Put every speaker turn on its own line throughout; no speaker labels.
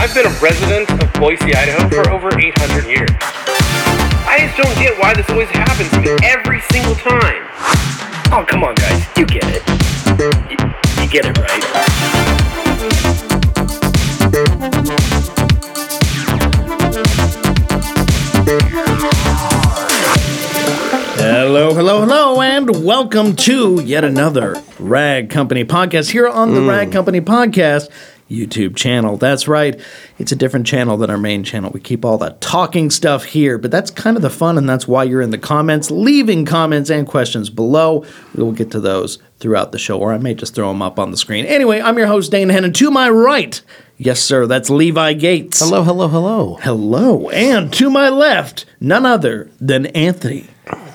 I've been a resident of Boise, Idaho for over 800 years. I just don't get why this always happens to me every single time.
Oh, come on, guys. You get it. You, you get it right.
Hello, hello, hello, and welcome to yet another Rag Company podcast here on the Rag Company podcast YouTube channel. That's right. It's a different channel than our main channel. We keep all the talking stuff here, but that's kind of the fun, and that's why you're in the comments, leaving comments and questions below. We will get to those throughout the show, or I may just throw them up on the screen. Anyway, I'm your host, Dane Hennon. To my right, yes, sir, that's Levi Gates.
Hello, hello, hello.
Hello. And to my left, none other than Anthony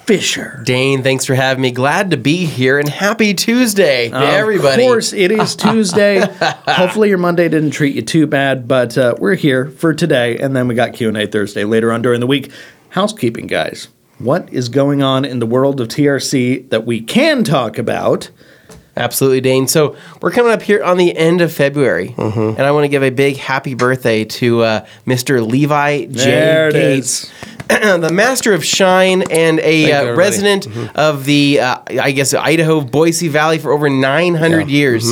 Fisher.
Dane, thanks for having me. Glad to be here and happy Tuesday to everybody.
Of course, it is Tuesday. Hopefully, your Monday didn't treat you too bad, but uh, we're here for today, and then we got Q and A Thursday later on during the week. Housekeeping, guys. What is going on in the world of TRC that we can talk about?
Absolutely, Dane. So we're coming up here on the end of February, and I want to give a big happy birthday to uh, Mr. Levi J.
There it
Gates, uh, the master of shine and a uh,
everybody.
resident of the, uh, I guess, Idaho Boise Valley for over 900 years.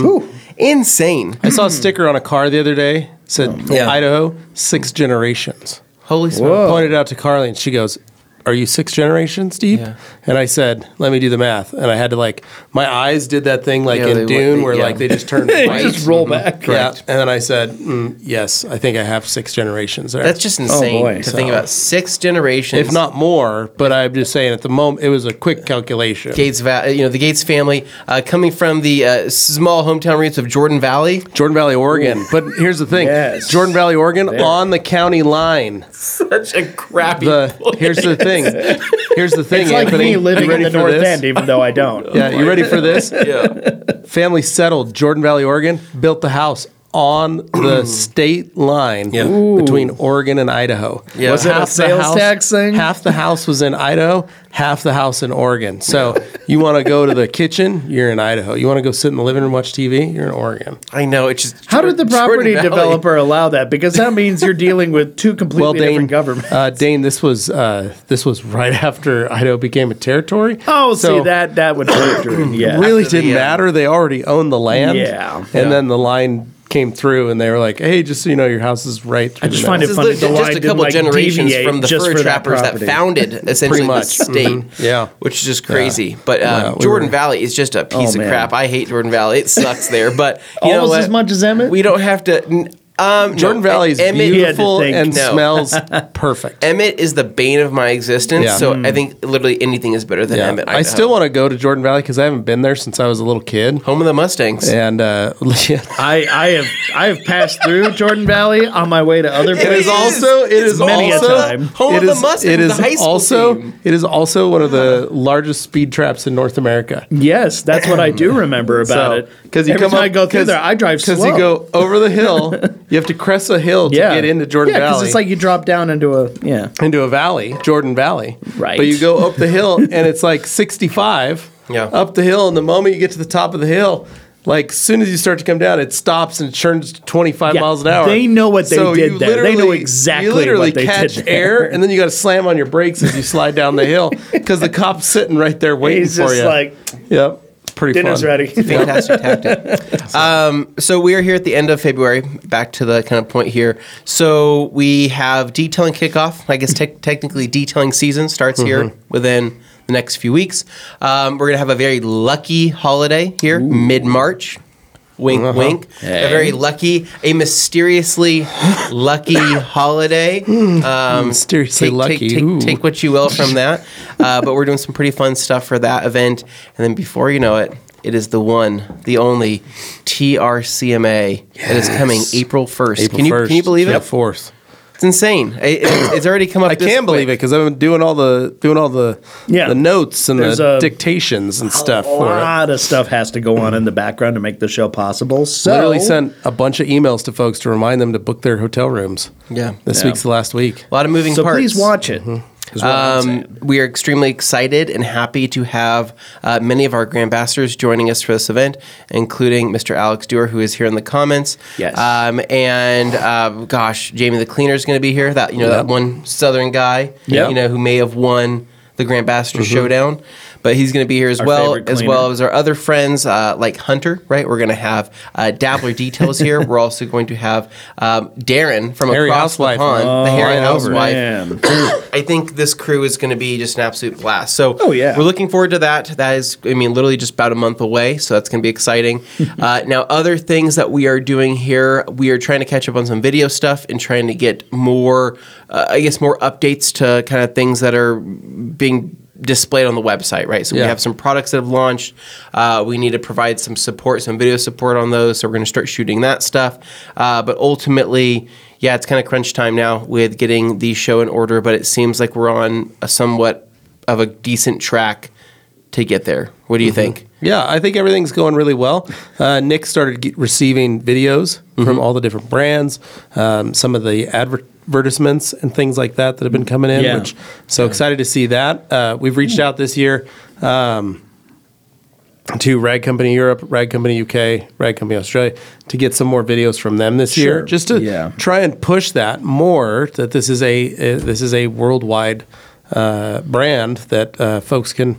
Insane.
I saw a sticker on a car the other day said
Hmm. Oh, Yeah.
Idaho six generations.
Holy smoke.
I pointed out to Carly and she goes, "Are you six generations deep?"
Yeah.
And I said, "Let me do the math." And I had to like my eyes did that thing like
Yeah,
in
they went-
Dune
they-
where
yeah.
like they just turned
It
white.
Just roll back.
yeah. And then I said, mm, "Yes, I think I have six generations there."
That's just insane
boy.
to think
So-
about. Six generations.
if not more, but I'm just saying at the moment it was a quick calculation.
Gates, va- uh, you know, the Gates family uh, coming from the uh, small hometown roots of Jordan Valley.
Jordan Valley, Oregon. But here's the thing:
Yes.
Jordan Valley, Oregon, on the county line.
Such a crappy.
The here's the thing. Here's the thing,
It's like
Anthony.
me
You
living in
ready
the
for
North
this?
End, even though I don't.
Yeah, you ready for this?
yeah.
Family settled Jordan Valley, Oregon. Built the house on the state line between Oregon and Idaho.
Yeah. Was
it a
the
sales tax thing?
Half the house was in Idaho, half the house in Oregon. So you want to go to the kitchen, you're in Idaho. You want to go sit in the living room and watch TV, you're in Oregon.
I know. It's just.
How did the
Jordan
property
Valley.
developer allow that? Because that means you're dealing with two completely
Well, Dane,
different governments.
uh, Dane, this was uh, this was right after Idaho became a territory.
oh,
so
see that that would be yeah.
really
After the,
didn't
uh,
matter. They already owned the land.
Yeah.
and then the line came through, and they were like, "Hey, just so you know, your house is right." Through
I just
the
find
middle."
it
This is
funny. The
legit just
line
a
didn't
couple
like
generations
deviate
from the
just
fur
for that
trappers that,
property.
founded essentially the
much.
state.
Yeah.
which is just crazy. But uh,
Wow, we
Jordan
were-
Valley is just a piece
Oh,
of
man.
crap. I hate Jordan Valley. It sucks there. But you know
Almost
what?
as much as Emmett?
We don't have to. n- Um,
Jordan
no,
Valley is
Emmett-
beautiful
think.
and
No.
smells perfect.
Emmett is the bane of my existence,
Yeah.
so I
Mm.
think literally anything is better than
Yeah.
Emmett. uh,
I still want to go to Jordan Valley because I haven't been there since I was a little kid.
home of the Mustangs.
And uh, yeah.
I, I have I have passed through Jordan Valley on my way to other
It
places.
is also- it is
many a
also
time.
home of the Mustangs,
it
the
is
high school
also
team.
it is also one of the largest speed traps in North America.
Yes, that's what I do remember about
So,
it. Every time I go through there, I drive slow.
because you go over the hill. you have to crest a hill to get into Jordan
yeah,
Valley.
it's like you drop down into a yeah.
into a valley, Jordan Valley.
Right.
But you go up the hill and it's like 65
Yeah.
up the hill. And the moment you get to the top of the hill, like as soon as you start to come down, it stops and turns to 25
Yeah,
miles an hour.
they know what they
So
did
you
there. They know
literally-
exactly
You literally
what they did
catch
there.
air and then you got to slam on your brakes as you slide down the hill because the cop's sitting right there waiting
He's
for
just
you.
like
yep. Pretty
dinner's
fun.
ready.
Fantastic tactic. Um, so we are here at the end of February. Back to the kind of point here. So we have detailing kickoff. I guess tech technically detailing season starts here within the next few weeks. Um, we're gonna have a very lucky holiday here, mid March. Wink, wink. A very lucky, a mysteriously lucky holiday. Um,
Mysteriously
take,
lucky.
Take,
Ooh.
take, take what you will from that. Uh, but we're doing some pretty fun stuff for that event. And then before you know it, it is the one, the only TRCMA that is coming April 1st. can, you, can you believe it?
Fourth.
It's insane. It- it- it's already come up.
I
this
can believe it
quick.
because I've been doing all the doing all the
Yeah.
the notes and
There's
the
a- Oh,
dictations and stuff
a
for it.
lot of stuff has to go on in the background to make the show possible. So
Literally sent a bunch of emails to folks to remind them to book their hotel rooms.
Yeah.
This
Yeah.
week's the last week.
A lot of moving
so
parts.
please watch it.
Mm-hmm.
what I'm saying.
Um, we are extremely excited and happy to have uh, many of our grand ambassadors joining us for this event, including Mr. Alex Dewar, who is here in the comments.
Yes.
Um, and uh, gosh, Jamie the Cleaner is going to be here. That you know
Yep.
that one Southern guy.
Yep. Mm-hmm.
You know who may have won the Grand Ambassador Showdown, but he's going to be here as
Our
well,
favorite
as
cleaner.
well as our other friends uh, like Hunter. Right. We're going to have uh, Dabbler Details here. We're also going to have um, Darren from
Harry
across
Housewife.
the pond, the
Oh,
Harry
flying over.
Housewife.
Man.
I think this crew is going to be just an absolute blast. So,
Oh, yeah.
we're looking forward to that. That is, I mean, literally just about a month away, so that's going to be exciting. uh, now, other things that we are doing here, we are trying to catch up on some video stuff and trying to get more, uh, I guess, more updates to kind of things that are being displayed on the website, right? So we
Yeah.
have some products that have launched. Uh, we need to provide some support, some video support on those. So we're going to start shooting that stuff. Uh, but ultimately, yeah, it's kind of crunch time now with getting the show in order. But it seems like we're on a somewhat of a decent track to get there. What do you think?
Yeah, I think everything's going really well. Uh, Nick started get, receiving videos
Mm-hmm.
from all the different brands, um, some of the advertisements and things like that that have been coming in.
Yeah. Mm-hmm.
Which so excited to see that. Uh, we've reached out this year um, to Rag Company Europe, Rag Company UK, Rag Company Australia to get some more videos from them this
Sure.
year, just to
Yeah.
try and push that more. That this is a uh, this is a worldwide uh, brand that uh, folks can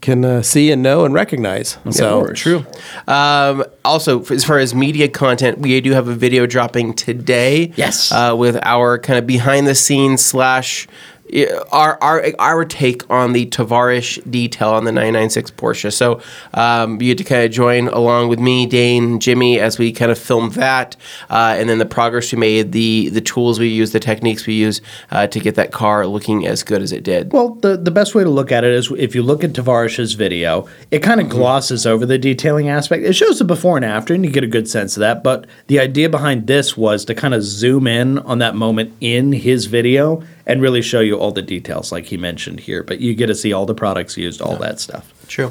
can uh, see and know and recognize. so
course. True.
Um, also, f- as far as media content, we do have a video dropping today.
Yes.
uh, with our kind of behind the scenes slash. eh, Our, our our take on the Tavarish detail on the 996 Porsche. So um, you had to kind of join along with me, Dane, Jimmy, as we kind of filmed that, uh, and then the progress we made, the the tools we use, the techniques we use uh, to get that car looking as good as it did.
Well, the, the best way to look at it is if you look at Tavarish's video, it kind
Mm-hmm.
of glosses over the detailing aspect. It shows the before and after, and you get a good sense of that. But the idea behind this was to kind of zoom in on that moment in his video and really show you all the details, like he mentioned here. But you get to see all the products used, all that stuff.
True.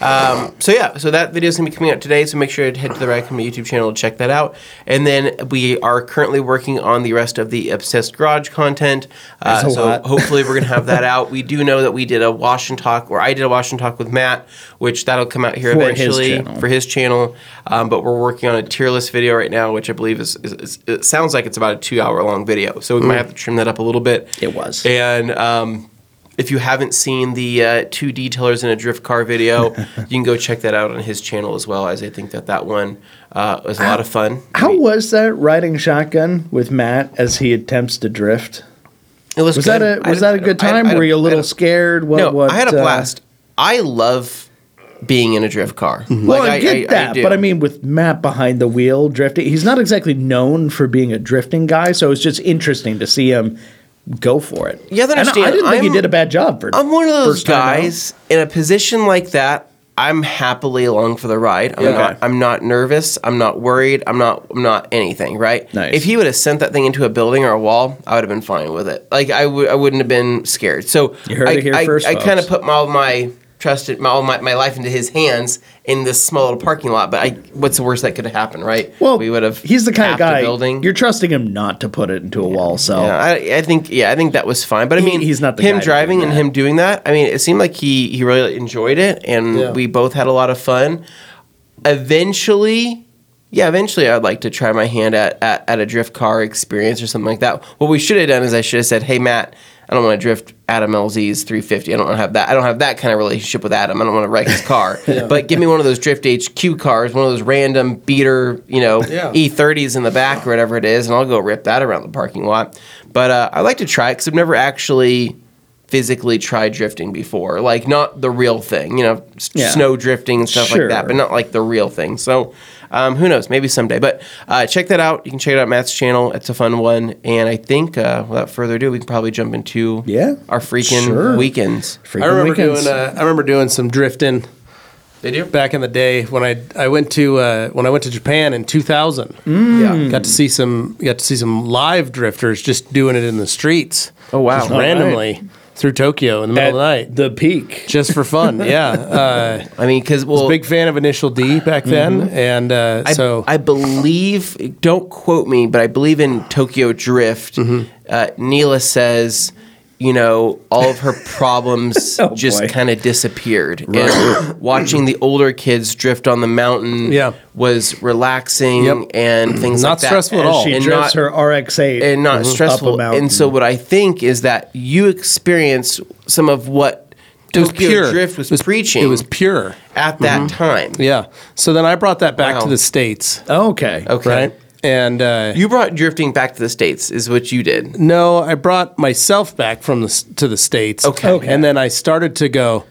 Um, so yeah, so that video is gonna be coming out today. So make sure to head to the Rad Company YouTube channel to check that out. And then we are currently working on the rest of the Obsessed Garage content. Uh,
That's a
so
lot.
hopefully we're gonna have that out. We do know that we did a wash and talk, or I did a wash and talk with Matt, which that'll come out here
For his
eventually
channel.
for his channel. Um, but we're working on a tier list video right now, which I believe is, is, is it sounds like it's about a two hour long video. So we might have to trim that up a little bit.
Mm. It was.
And um, if you haven't seen the uh, two detailers in a drift car video, you can go check that out on his channel as well, as I think that that one uh, was a lot of fun.
How was that riding shotgun with Matt as he attempts to drift?
It
Was
good.
that a
I
was
had-
that a good
I had-
time?
I had
Were you a
I
little
had
scared? What,
No,
what,
I had a
uh,
blast. I love being in a drift car.
Well,
Like,
I get that,
do.
but I mean, with Matt behind the wheel drifting, he's not exactly known for being a drifting guy, so it's just interesting to see him go for it.
You have
And
to
I- I
understand,
didn't think he
I'm-
did a bad job. For
I'm one of those
first time out.
guys in a position like that. I'm happily along for the ride. I'm,
Yeah.
not, I'm not nervous. I'm not worried. I'm not. I'm not anything. Right.
Nice.
If he would have sent that thing into a building or a wall, I would have been fine with it. Like I would. I wouldn't have been scared. So
You heard
I,
it here
I,
first,
I kind of
folks.
put my, all my trust, in, my, all my, my life into his hands in this small little parking lot. But I, what's the worst that could have happened? Right.
Well,
we would have.
He's the kind
halved
of
the
guy
Building.
you're trusting him not to put it into a wall. So
Yeah, I, I think yeah, I think that was fine. But I
He-
mean,
he's not the guy
him
to do
driving and
that.
him doing that. I mean, it seemed like he he really enjoyed it, and
Yeah.
we both had a lot of fun. Eventually, yeah, eventually, I'd like to try my hand at, at at a drift car experience or something like that. What we should have done is I should have said, "Hey, Matt." I don't want to drift Adam LZ's 350. I don't have that. I don't have that kind of relationship with Adam. I don't want to wreck his car. But give me one of those Drift HQ cars, one of those random beater, you know,
Yeah.
E30s in the back or whatever it is, and I'll go rip that around the parking lot. But uh, I like to try it because I've never actually physically tried drifting before, like not the real thing, you know, s-
Yeah.
snow drifting and stuff like
Sure.
that, but not like the real thing. So um, who knows? Maybe someday. But uh, check that out. You can check it out Matt's channel. It's a fun one, and I think uh, without further ado, we can probably jump into
Yeah.
our freaking
Sure.
weekends.
freaking
I remember
weekends.
doing uh, I remember doing some drifting
Did you?
back in the day when I I went to uh, when I went to Japan in 2000.
Yeah.
Got to see some got to see some live drifters just doing it in the streets.
Oh, wow.
Just
All right.
randomly through Tokyo in the middle of the
at
night.
the peak.
just for fun, yeah. Uh,
I mean, because well,
big fan of Initial D back then,
Mm-hmm.
and uh,
I,
so
I believe,
Mm-hmm.
don't quote me, but I believe in Tokyo Drift, uh, Neela says you know, all of her problems
Oh, boy.
just kind of disappeared. And watching the older kids drift on the mountain
Yeah.
was relaxing
Yep. Mm-hmm.
and things
Not
like that.
stressful at
As
all.
she
Oh, And
drifts
not-
her RX-8
and not
up
Mm-hmm.
a
stressful.
mountain.
And so what I think is that you experienced some of what
It was
Tokyo
pure.
Drift was,
it was
preaching
It was pure.
at that time.
Yeah. So then I brought that back
Wow.
to the states,
okay,
Okay.
right? And uh,
You brought drifting back to the states is what you did.
No, I brought myself back from the to the states.
Okay. Okay.
and then I started to go.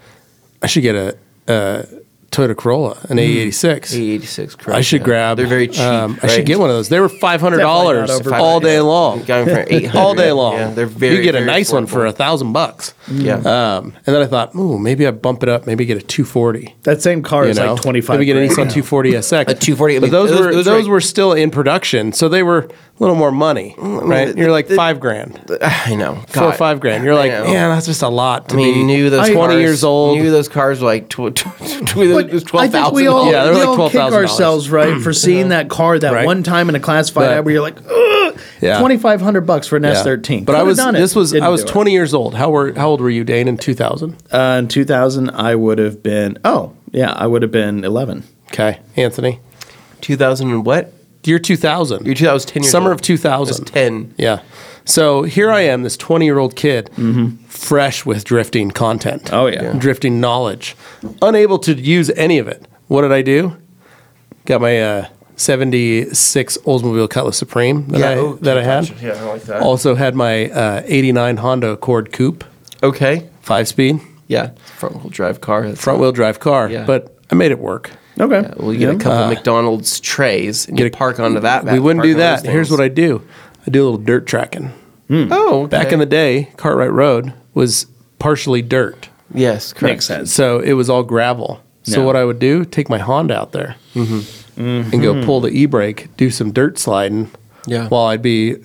I should get a, a Toyota Corolla,
Hmm.
an A86.
86
I should grab.
They're very cheap.
um, I
right?
should get one of those. They were five hundred dollars
Definitely not
all
overpriced.
day long.
Got them for 800.
All day long.
Yeah, they're very.
You get a
very
nice one for
affordable.
a thousand bucks.
Yeah.
Um, and then I thought, ooh, maybe I bump it up. Maybe get a two forty.
that same car
You
is
know,
like twenty-five.
Maybe get an
grand.
Nissan two forty SX. A
240, I
But
mean,
those,
those-
were
those
those,
are-
were still in production, so they were a little more money, right?
the-
You're like
the-
five grand
I know.
four or
God.
five grand. You're like,
I know.
man, that's just a lot to
I mean,
be
you knew those
I- twenty
cars-
years old.
Knew those cars were like tw- tw-
But
tw- twelve
I
thousand.
think we all,
Yeah, they're
we
like
all kick
$12,000.
ourselves right for seeing that car that
Right.
one time in a classified
But-
ad where you're like, Ugh,
Yeah.
twenty five hundred bucks for an S
Yeah.
thirteen.
But I was this was I was
twenty.
20 years old. How were how old were you, Dane, in 2000?
Uh, in 2000, I would have been, oh, yeah, I would have been 11.
Okay, Anthony,
two thousand and what?
year 2000.
Your two thousand ten.
Summer
old.
of 2000.
I was ten.
Yeah. So here I am, this 20 year old kid, fresh with drifting content.
Mm-hmm. Oh, yeah. Yeah.
Drifting knowledge, unable to use any of it. What did I do? Got my uh, 76 Oldsmobile Cutlass Supreme that,
Yeah,
I,
okay,
that I had.
gotcha. Yeah, I like that.
Also had my uh, 89 Honda Accord Coupe,
Okay.
five speed,
Yeah. Front wheel drive car. That's
front wheel drive car,
Yeah.
but I made it work.
Okay.
Well, you get a
Yeah.
couple McDonald's trays and
Uh, get
you
a-
park onto that.
we wouldn't do that. Here's what I do. I do a little dirt tracking.
Oh, okay.
Back in the day, Cartwright Road was partially dirt.
yes, correct.
Makes sense.
So it was all gravel. So
Yeah.
what I would do, take my Honda out there
Mm-hmm.
and go pull the e-brake, do some dirt sliding
Yeah.
while I'd be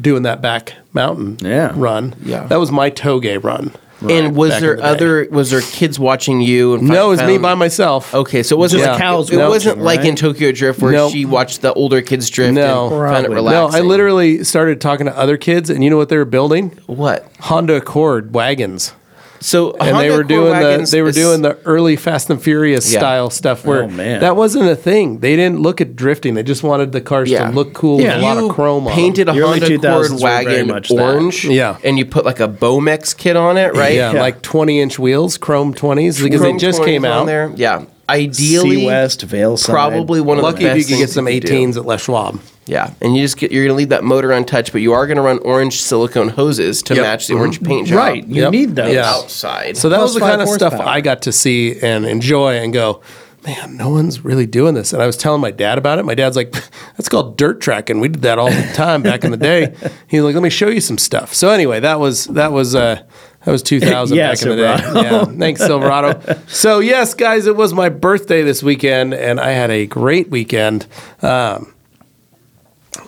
doing that back mountain
Yeah.
run.
Yeah.
That was my toge run.
And was
Back in
there
the day.
other? Was there kids watching you? And
No, it was
found-
me by myself.
Okay, so it wasn't
Just
like,
cows
It,
watching,
wasn't like in
right?
Tokyo Drift where
No.
she watched the older kids drift
No.
and found it
Probably.
No,
relaxing.
I literally started talking to other kids, and you know what they were building?
what?
Honda Accord wagons.
So
and
Honda
they were
Accord
doing the
wagons
they were
is-
doing the early Fast and Furious
Yeah.
style stuff where
Oh, man.
that wasn't a thing. They didn't look at drifting. They just wanted the cars
Yeah.
to look cool
Yeah.
with a lot
you
of chrome on. them.
painted a
The early
Honda Accord
2000s were very
wagon
much that.
orange,
Yeah.
and you put like a Bomex kit on it, right?
Yeah,
Yeah.
like 20 inch wheels, chrome 20s because
Chrome
they just
20s
came
on
out.
there. Yeah, ideally,
Sea West, Vale Side.
probably one of
Lucky
the best
if you could get
things
some
you could do.
18s at Les Schwab.
Yeah, and you just get you're gonna leave that motor untouched, but you are gonna run orange silicone hoses to
Yep.
match the orange paint job.
Right. You
Yep.
need those.
Yeah.
outside.
So that
Plus
was the
five
kind of stuff
horsepower.
I got to see and enjoy and go, man, no one's really doing this. And I was telling my dad about it. My dad's like, that's called dirt tracking. We did that all the time back in the day. He's like, let me show you some stuff. So anyway, that was that was uh that was 2000
Yeah,
back in the
Silverado.
day. Yeah. Thanks, Silverado. so yes, guys, it was my birthday this weekend, and I had a great weekend. Um,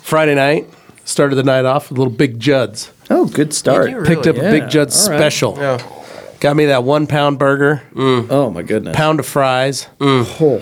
Friday night started the night off with little Big Juds.
Oh, good start.
You do
Picked up
Really?
a
Yeah,
Big Judd
all right.
special.
Yeah.
Got me that one pound burger
Oh, my goodness.
pound of fries.
Oh.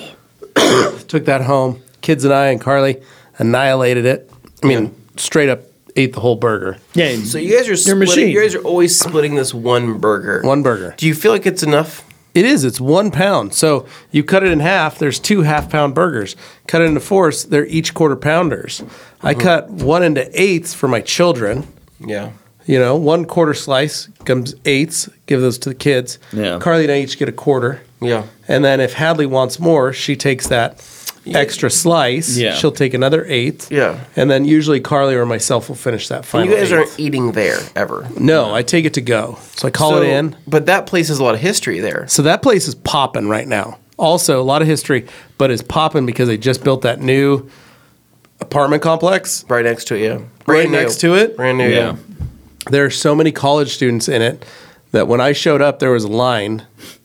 Took that home. Kids and I and Carly annihilated it. I mean, straight up ate the whole burger.
Yeah.
So you guys are
Your
splitting,
machine.
You guys are always splitting this one burger.
One burger.
Do you feel like it's enough?
It is. It's one pound. So you cut it in half. There's two half pound burgers. Cut it into fourths. They're each quarter pounders. I cut one into eighths for my children.
Yeah.
You know, one quarter slice comes eighths. Give those to the kids.
Yeah.
Carly and I each get a quarter.
Yeah.
And then if Hadley wants more, she takes that extra slice.
Yeah.
She'll take another eighth.
Yeah.
And then usually Carly or myself will finish that
And
final.
you guys
eighth.
aren't eating there ever.
No, I take it to go. So I call
So-
it in.
But that place has a lot of history there.
So that place is popping right now. Also, a lot of history, but it's popping because they just built that new apartment complex.
Right next to it, yeah.
Right next to it?
Brand new. Yeah.
Yeah.
There are so many college students in it that when I showed up, there was a line.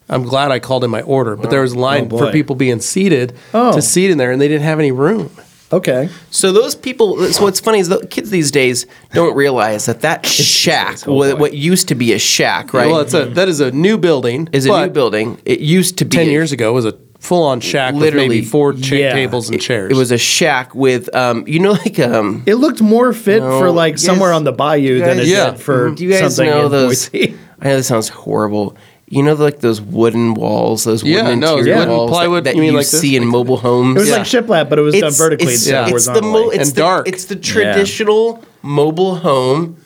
I'm glad I called in my order, but there was a line
Oh, boy.
for people being seated
Oh.
to seat in there, and they didn't have any room.
Okay.
So those people. So what's funny is the kids these days don't realize that that shack,
oh
what,
boy.
what used to be a shack, right?
Well, it's a that is a new building.
is a new
but
building. It used to be
Ten
a-
years ago was a full on shack
Literally,
with maybe four cha-
yeah.
tables and chairs.
It was a shack with, um, you know, like um,
It looked more fit
No,
for like
you
somewhere
guys-
on the bayou than it
guys-
Yeah.
did for
Mm-hmm. do you guys
something
know
in
those?
Boise.
I know this sounds horrible. You know, like those wooden walls, those wooden
Yeah, no,
interior
wooden
walls
plywood,
that, that
you
you,
mean like this?
see in mobile homes.
It was like shiplap, but it was done vertically
It's,
instead of
yeah.
it's the
horizontally.
mo- it's
And
the,
dark.
It's the traditional mobile home,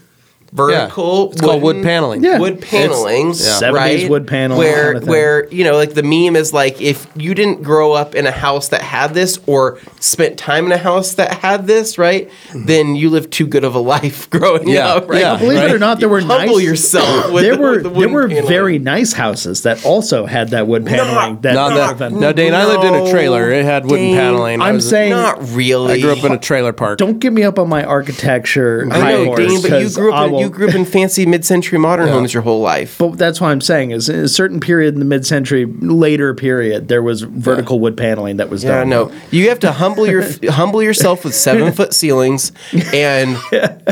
vertical.
It's called wood paneling.
Yeah.
Wood paneling,
It's
right?
70s wood paneling
Where,
kinda thing.
where you know, like the meme is like if you didn't grow up in a house that had this, or spent time in a house that had this, right? Then you lived too good of a life growing
Yeah.
up, right?
Yeah.
Believe it or not, there were
Humble
nice.
yourself. With
there
the-
were
with the
there
wooden
were
paneling.
very nice houses that also had that wood paneling. that
Not
other
that.
than-
Now, Dane, I lived in a
No.
trailer. It had wooden
Dane,
paneling. I
I'm
was-
saying
Not really.
I grew up in a trailer park.
don't give me up on my architecture.
I
high
know,
horse,
Dane, but you
'cause
grew
I
up in, you
will-
grew up in fancy mid-century modern homes your whole life.
But that's what I'm saying is in a certain period in the mid-century, later period, there was vertical wood paneling that was
Yeah,
done.
no. You have to humble your humble yourself with seven foot ceilings and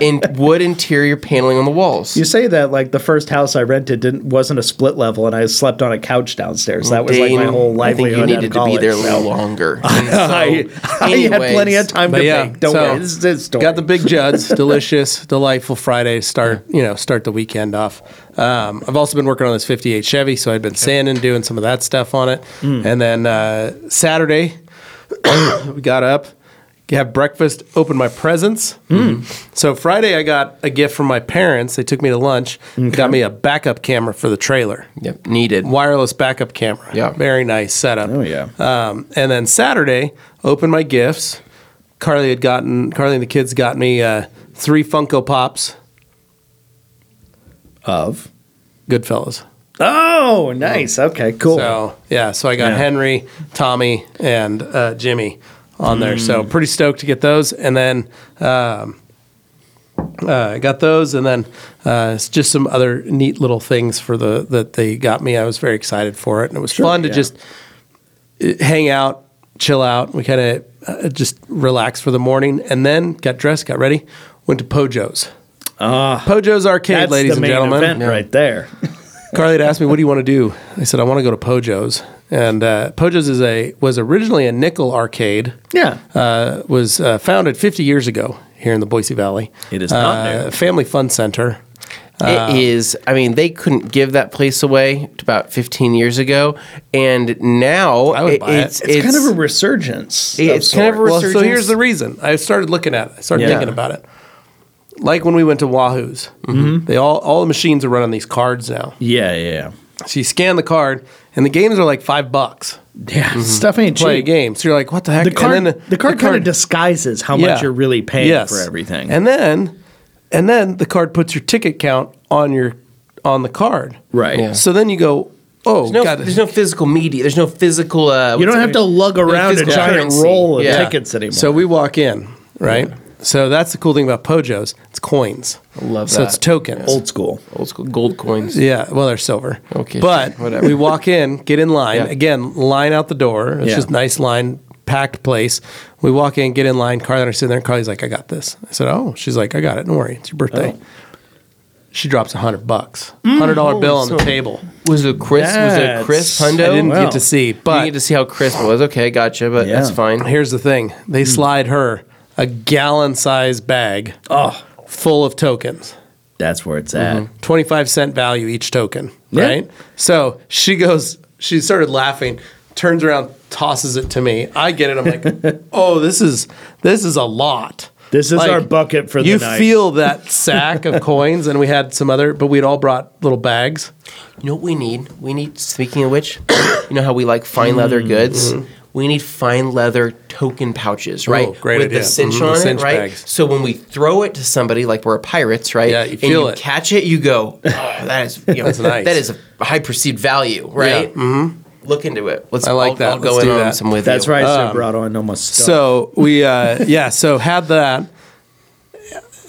and wood interior paneling on the walls.
You say that like the first house I rented didn't wasn't a split level, and I slept on a couch downstairs. That was like my
Dane,
whole
I think
livelihood.
you
out of
needed to be
college,
there a
so.
little longer.
I, I had
anyways,
plenty of time to
but yeah,
make. Don't
so-
worry, this is his story.
Got the big Juds, delicious, delightful Friday. Start you know start the weekend off. Um, I've also been working on this '58 Chevy, so I've been sanding, doing some of that stuff on it,
Hmm.
and then uh, Saturday we got up, had breakfast, opened my presents.
Hmm.
So Friday I got a gift from my parents. They took me to lunch, got me a backup camera for the trailer
yep, needed.
wireless backup camera.
Yeah.
Very nice setup.
Oh, yeah.
Um, and then Saturday, opened my gifts. Carly had gotten Carly and the kids got me uh, three Funko Pops.
of.
Goodfellas.
Oh, nice. Okay, cool.
So yeah, so I got
Yeah.
Henry, Tommy, and uh, Jimmy on there. So
Mm.
pretty stoked to get those. And then um, uh, I got those, and then uh, it's just some other neat little things for the that they got me. I was very excited for it, and it was fun to
yeah.
just uh, hang out, chill out. We kind of uh, just relaxed for the morning, and then got dressed, got ready, went to Pojo's. Pojo's arcade,
Ah. that's
ladies
the main
and gentlemen.
event right there.
Carly had asked me, "What do you want to do?" I said, "I want to go to Pojo's." And uh, Pojo's is a was originally a nickel arcade.
Yeah.
Uh, was uh, founded 50 years ago here in the Boise Valley.
It is not
uh,
new.
Family Fun Center.
Uh,
it is. I mean, they couldn't give that place away t- about 15 years ago, and now
I would buy it.
it's,
it's, kind of a resurgence.
it's kind of a
sorts.
Well, so
Resurgence?
here's the reason I started looking at it. I started
Yeah.
thinking about it. Like when we went to Wahoo's,
Mm-hmm.
Mm-hmm. they all all the machines are running these cards now.
yeah, yeah,
So you scan the card, and the games are like five bucks.
yeah. Stuff ain't
Mm-hmm. Play a
cheap.
game. So you're like, what the heck?
The card,
and
the, card kind of disguises how much you're really paying
Yes.
for everything.
And then and then the card puts your ticket count on your on the card.
right.
Yeah.
So then you go, oh,
no,
God,
there's no physical media. There's no physical. Uh,
You don't have to lug around a
physical
giant
currency.
roll of
Yeah.
tickets anymore.
So we walk in, right? So that's the cool thing about Pojo's. It's coins. I
love
So it's
that.
tokens.
old school.
old school gold coins.
Yeah, well, they're silver.
Okay,
But
sure, whatever.
we walk in, get in line.
Yeah.
Again, line out the door. It's
Yeah.
just nice line, packed place. We walk in, get in line. Carly and I are sitting there. And Carly's like, I got this. I said, Oh, she's like, I got it. Don't worry. It's your birthday.
Oh.
She drops a hundred bucks, hundred dollar bill on the table.
Was it Chris? Was it Chris
That's-
Hundo?
I didn't
wow.
get to see,
But you
but
get to see how crisp it was. Okay, gotcha, but
Yeah.
that's fine.
here's the thing: they
Mm.
slide her a gallon size bag
Oh,
full of tokens.
that's where it's at.
Mm-hmm. 25 cent value each token,
Yeah.
right? So she goes, she started laughing, turns around, tosses it to me. I get it. I'm like, oh, this is this is a lot.
This is
Like,
our bucket for the
you
night.
feel that sack of coins, and we had some other, but we'd all brought little bags.
You know what we need? We need, speaking of which, you know how we like fine leather
Mm-hmm.
goods? We need fine leather token pouches, right?
Oh, great
With
idea.
the cinch
Mhm.
on
Cinch
it, right?
bags.
So when we throw it to somebody, like we're pirates, right?
Yeah, you feel it.
And you catch it, you go, oh, that is, you know,
That's nice.
that is a high perceived value, right? Mm-hmm. Look into it. Let's,
I like
I'll,
that.
I'll go
Let's
in
do
on
that.
some with
That's
you.
right. so brought on almost stuff.
um, So we, uh, yeah, so had that.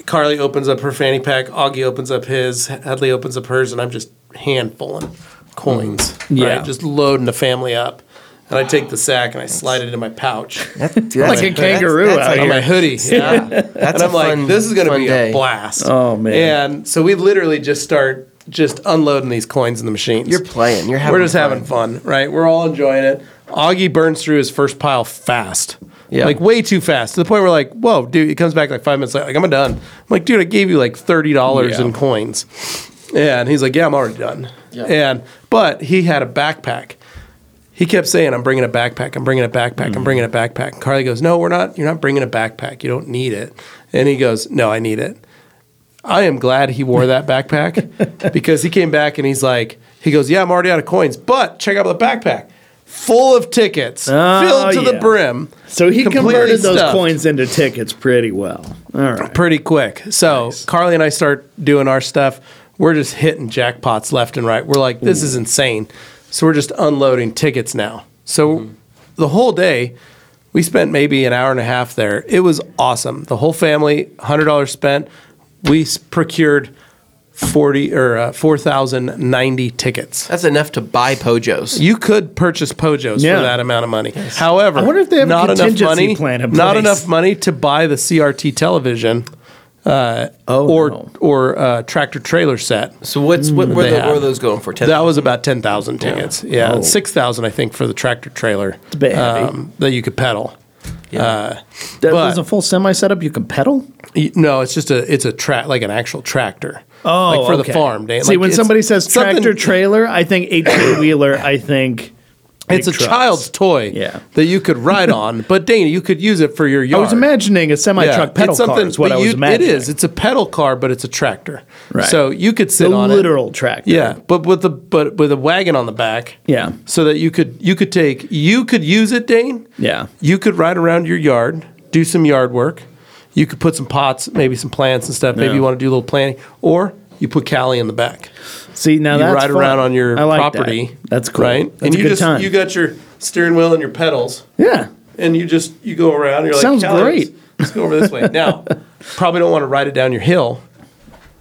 Carly opens up her fanny pack. Augie opens up his. Hadley opens up hers, and I'm just handfuling coins.
Mm-hmm.
Yeah.
right? just loading the family up. And I take the sack and I slide it in my pouch,
like a kangaroo out
that's like-
on
here.
my hoodie. Yeah,
That's
and
a
I'm like,
fun-
this is gonna
fun
be
day.
a blast.
Oh, man.
And so we literally just start just unloading these coins in the machines.
You're playing. You're having.
We're just
fun.
having fun, right? We're all enjoying it. Augie burns through his first pile fast.
Yeah.
Like way too fast to the point where like, whoa, dude, he comes back like five minutes later. Like, I'm done. I'm like, dude, I gave you like thirty dollars
Yeah.
in coins. And he's like, yeah, I'm already done. And but he had a backpack. He kept saying, I'm bringing a backpack. I'm bringing a backpack.
Mm-hmm.
I'm bringing a backpack. And Carly goes, No, we're not. You're not bringing a backpack. You don't need it. And he goes, No, I need it. I am glad he wore that backpack because he came back and he's like, he goes, yeah, I'm already out of coins, but check out the backpack, full of tickets,
Oh,
filled to
yeah.
the brim.
So he
completely
converted those
stuffed
coins into tickets pretty well. All right.
pretty quick. So Carly and I start doing our stuff. We're just hitting jackpots left and right. We're like, this is insane. So we're just unloading tickets now. So
Mm-hmm.
the whole day, we spent maybe an hour and a half there. It was awesome. The whole family, hundred dollars spent. We s- procured forty or uh, four thousand ninety tickets.
That's enough to buy pojos.
You could purchase pojos
Yeah.
for that amount of money. However,
I wonder if they have a
not enough
contingency
money,
plan in
not
place.
enough money to buy the CRT television
Oh,
or
no.
or uh, tractor trailer set.
So what's what were,
They
the, what were
have.
those going for? Ten.
That was about ten thousand tickets. Yeah,
Oh.
six thousand I think for the tractor trailer um,
a bit heavy.
that you could pedal.
that
but-
was a full semi setup. You can pedal.
Y- No, it's just a it's a track like an actual tractor.
Oh,
like for
okay.
the farm. Dan.
See,
Like,
when
it's
somebody says
something-
tractor trailer, I think eighteen wheeler. I think big
it's a
trucks.
child's toy.
Yeah.
that you could ride on. But Dana, you could use it for your
I
yard.
was imagining a semi truck pedal car. Is what
but
I was
you-
imagining.
It is. It's a pedal car, but it's a tractor.
Right.
So you could sit
the
on it.
literal tractor.
Yeah, but with the but with a wagon on the back.
Yeah.
So that you could you could take you could use it, Dane.
Yeah.
You could ride around your yard, do some yard work. You could put some pots, maybe some plants and stuff. Maybe
Yeah.
you want to do a little planting, or you put Callie in the back.
See, now
You
that's
ride
fun.
around on your
I like that.
property.
That's cool.
Right?
That's
and
a
you
good
just
time.
you got your steering wheel and your pedals,
yeah.
and you just you go around. You're
Sounds
like, "Callie,
great."
Let's, let's go over this way now. Probably don't want to ride it down your hill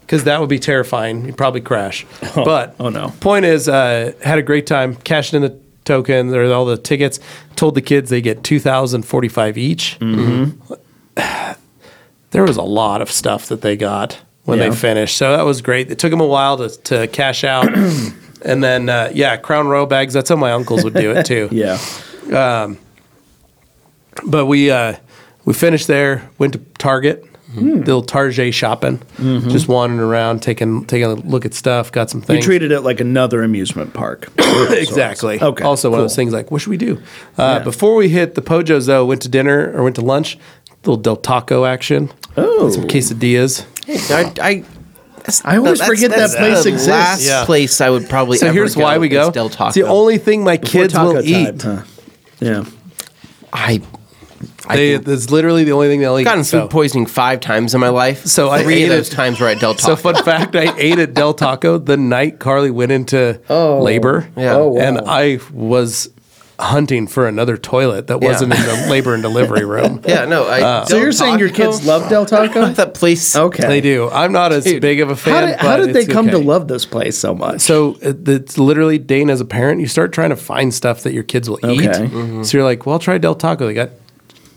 because that would be terrifying. You'd probably crash. but
oh no.
Point is, uh, had a great time cashing in the tokens or all the tickets. Told the kids they get two thousand forty five each.
Mm-hmm.
There was a lot of stuff that they got when
Yeah.
they finished, so that was great. It took them a while to, to cash out, and then uh, yeah, crown row bags. That's how my uncles would do it too.
Yeah.
But we uh, we finished there, went to Target,
Hmm.
did a little Target shopping, just wandering around, taking taking a look at stuff, got some
Mm-hmm. You
things.
treated it like another amusement park.
exactly.
Okay,
Also, one
cool.
of those things like, what should we do? Uh, Before we hit the Pojos, though, went to dinner or went to lunch. Little Del Taco action.
Oh.
Some quesadillas.
I, I, that's-
I always forget that place
the
exists.
Last
Yeah.
place I would probably.
So
ever
here's
go
why we
is
go.
Del Taco.
It's the only thing my kids
Before
will
taco
eat.
time, huh? Yeah.
I. I
They,
have
that's literally the only thing they'll eat.
gotten food
so.
poisoning five times in my life.
So I
three
ate
of those
it.
times were at Del Taco.
So fun fact, I ate at Del Taco the night Carly went into labor.
Yeah. Oh, wow.
And I was hunting for another toilet that
Yeah.
wasn't in the labor and delivery room.
yeah, no. I,
So
Del
you're saying your
Taco-
kids love Del
I love
Taco?
that place?
Okay.
They do. I'm not as
Dude,
big of a fan.
How did, how
but
did they
it's
come to
okay.
love this place so much?
So uh, it's literally Dane as a parent, you start trying to find stuff that your kids will eat. Mm-hmm.
Okay. Mm-hmm.
So you're like, well, try Del Taco. They got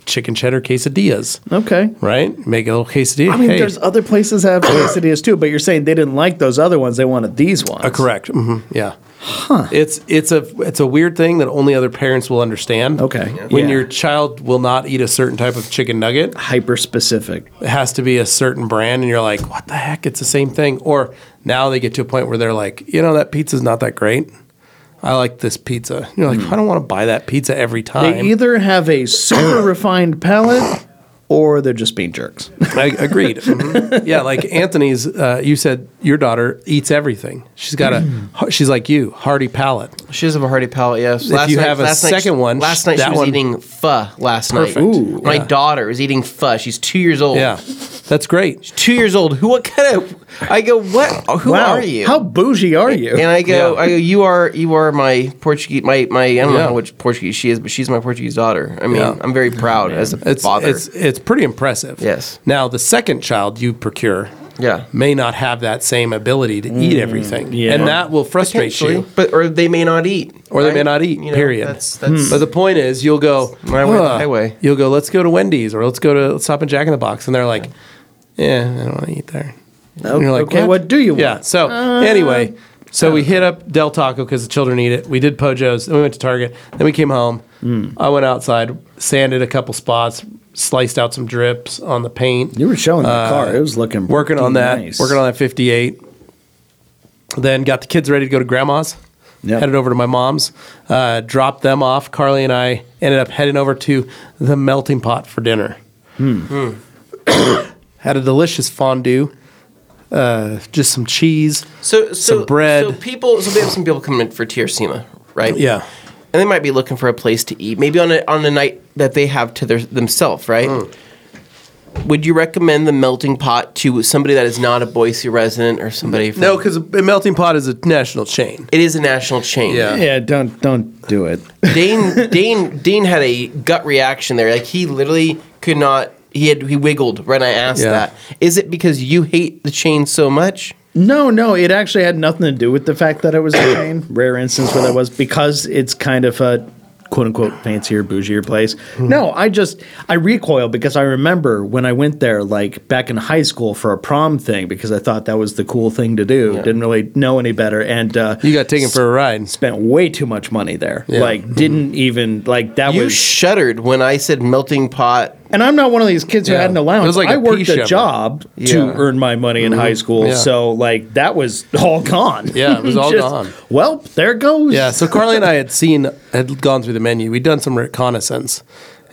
chicken cheddar quesadillas,
okay.
right? Make a little quesadilla.
I mean,
Hey.
there's other places that have quesadillas too, but you're saying they didn't like those other ones. They wanted these ones.
Uh, correct. hmm Yeah. It's it's a it's a weird thing that only other parents will understand.
Okay.
When
Yeah.
your child will not eat a certain type of chicken nugget,
Hyper specific.
it has to be a certain brand, and you're like, what the heck? It's the same thing. Or now they get to a point where they're like, you know, that pizza's not that great. I like this pizza. And you're like, I don't want to buy that pizza every time.
Hmm. They either have a super refined palate or they're just being jerks.
I agreed. Mhm. Yeah, like Anthony's. Uh, you said your daughter eats everything. She's got
Hmm.
a. She's like you, hearty palate.
She does have a hearty palate, yes.
If you have a
night
second
she-
one,
last night she
that
was
one-
eating pho. Last
Perfect.
night,
Ooh,
my
yeah.
daughter is eating pho. She's two years old.
Yeah, that's great.
two years old. Who? What kind of? I go. What? Who are you?
How bougie are you?
And I go,
Yeah.
I go. You are, you are my Portuguese, my, my. I don't know
Yeah.
know which Portuguese she is, but she's my Portuguese daughter. I mean,
Yeah.
I'm very proud as a
It's
father.
it's it's pretty impressive.
Yes.
Now the second child you procure
yeah,
may not have that same ability to eat everything,
Mm, yeah.
and that will frustrate
Potentially.
you,
but or they may not eat,
or they may
right?
not eat.
You know,
period. Hmm.
That's that's.
But the point is, you'll go
My way or the
"Huh."
highway.
You'll go. Let's go to Wendy's, or let's go to let's stop in Jack in the Box, and they're like, "Yeah, I don't want to eat there." And you're like,
okay, what do you want? Uh-huh.
Yeah. So anyway, so we hit up Del Taco because the children eat it. We did Pojo's. Then we went to Target. Then we came home.
Mm.
I went outside, sanded a couple spots, sliced out some drips on the paint.
You were showing the
Uh,
car. It was looking
working on that.
pretty nice.
Working on that 58. Then got the kids ready to go to grandma's.
Yep.
Headed over to my mom's, uh, dropped them off. Carly and I ended up heading over to the melting pot for dinner.
Hmm.
Had a delicious fondue, uh, just some cheese.
So, so
Some bread.
So people, so we have some people coming in for Tearsima, right?
Yeah.
and they might be looking for a place to eat, maybe on a on a night that they have to their, themselves, right?
Hmm.
Would you recommend the melting pot to somebody that is not a Boise resident or somebody? From,
No, because melting pot is a national chain.
it is a national chain.
Yeah.
Yeah, don't don't do it.
Dane Dane Dane had a gut reaction there. Like he literally could not. He had he wiggled when I asked
Yeah.
that. Is it because you hate the chain so much?
No, no, it actually had nothing to do with the fact that it was a chain. Rare instance where that was because it's kind of a quote unquote fancier, bougier place.
Hmm.
No, I just I recoil because I remember when I went there like back in high school for a prom thing because I thought that was the cool thing to do. Didn't really know any better and uh,
You got taken for a ride.
spent way too much money there. Like didn't even like that
You
was
shuddered when I said melting pot.
and I'm not one of these kids
Yeah.
who had an allowance.
It was like
I
a pea
worked a
shovel.
job to
Yeah.
earn my money in high school,
Yeah.
so like that was all gone.
Yeah, it was all gone.
Well, there goes.
Yeah, so Carly and I had seen, had gone through the menu. We'd done some reconnaissance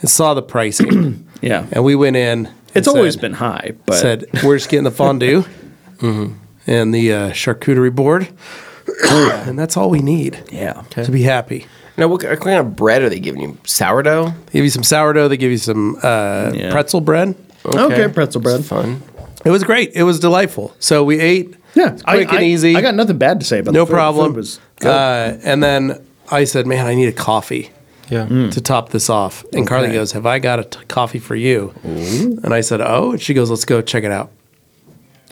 and saw the pricing.
yeah.
and we went in. and
It's always
said-
been high, but
said, "We're just getting the fondue Mm-hmm. and the uh, charcuterie board, and that's all we need
yeah.
to be happy."
Now, what, what kind of bread are they giving you? Sourdough.
They give you some sourdough. They give you some uh,
Yeah.
pretzel bread.
Okay, pretzel bread.
It's fun.
It was great. It was delightful. So we ate.
Yeah,
It's quick and easy.
I got nothing bad to say about
no
the food. The
problem.
Food was good.
uh, and then I said, "Man, I need a coffee."
Yeah.
to top this off. And Carly
Hmm. Okay.
goes, Have I got a t- coffee for you? And I said, Oh. And she goes, Let's go check it out.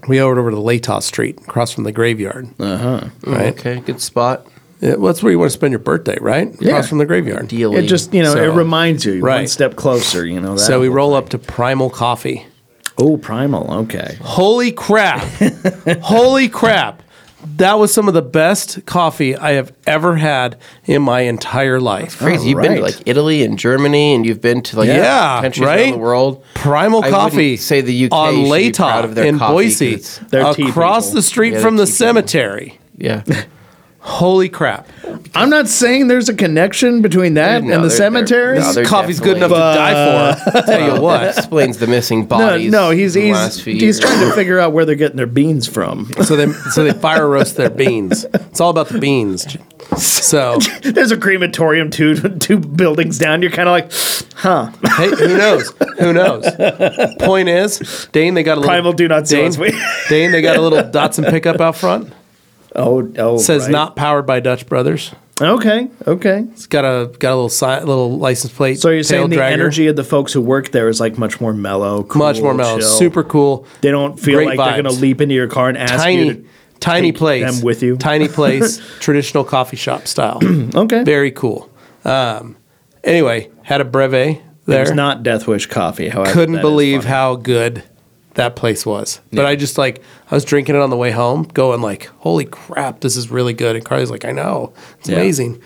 We over over to Latos Street, across from the graveyard. Uh huh. Right.
Okay, good spot.
Yeah, well, that's where you want to spend your birthday, right?
Yeah.
Across from the graveyard.
Deal.
it just you know
so-
it reminds you one
Right.
step closer. You know that.
So we roll up to Primal Coffee.
Oh, primal. Okay.
Holy crap. Holy crap. That was some of the best coffee I have ever had in my entire life.
crazy. You've been to
Alright.
like Italy and Germany, and you've been to like
Yeah,
countries
right?
around the world.
Primal
I
Coffee.
wouldn't say the UK
on
should be
Latah
proud of their
in
coffee,
Boise,
'cause it's-
They're tea
across
people.
the street
Yeah,
from
they're
the
tea people.
cemetery.
Yeah,
Holy crap!
I'm not saying there's a connection between that
No,
and the
they're- they're-
cemetery.
no, Oh, they're
this coffee's good enough
definitely-
to die for. I'll tell you
Uh, that
what.
explains the missing
No,
bodies.
no, he's
in the
he's,
last few
he's
years.
trying to figure out where they're getting their beans from.
So they so they fire roast their beans. It's all about the beans. So
There's a crematorium two two buildings down. You're kind of like, huh?
hey, who knows? Who knows? Point is, Dane, they got a little
Primal do not sue
Dane,
us. We-
Dane, they got a little Datsun pickup out front.
Oh, oh.
Says
right.
not powered by Dutch Brothers.
Okay, okay.
It's got a got a little si- little license plate.
So you're saying
tail
the
dragger.
energy of the folks who work there is like much more mellow, cool,
much more mellow,
chill.
super cool.
They don't feel like
great
they're
vibes.
going to leap into your car and ask you.
tiny,
To,
tiny
take
place.
them with you.
Tiny place, traditional coffee shop style.
okay,
Very cool. Um, anyway, had a brevet
it's
there.
not Death Wish coffee. However, that
Couldn't
is
believe
funny.
how good that place was. But I just like I was drinking it on the way home, going like, "Holy crap, this is really good." And Carly's like, "I know, it's
Yeah.
amazing."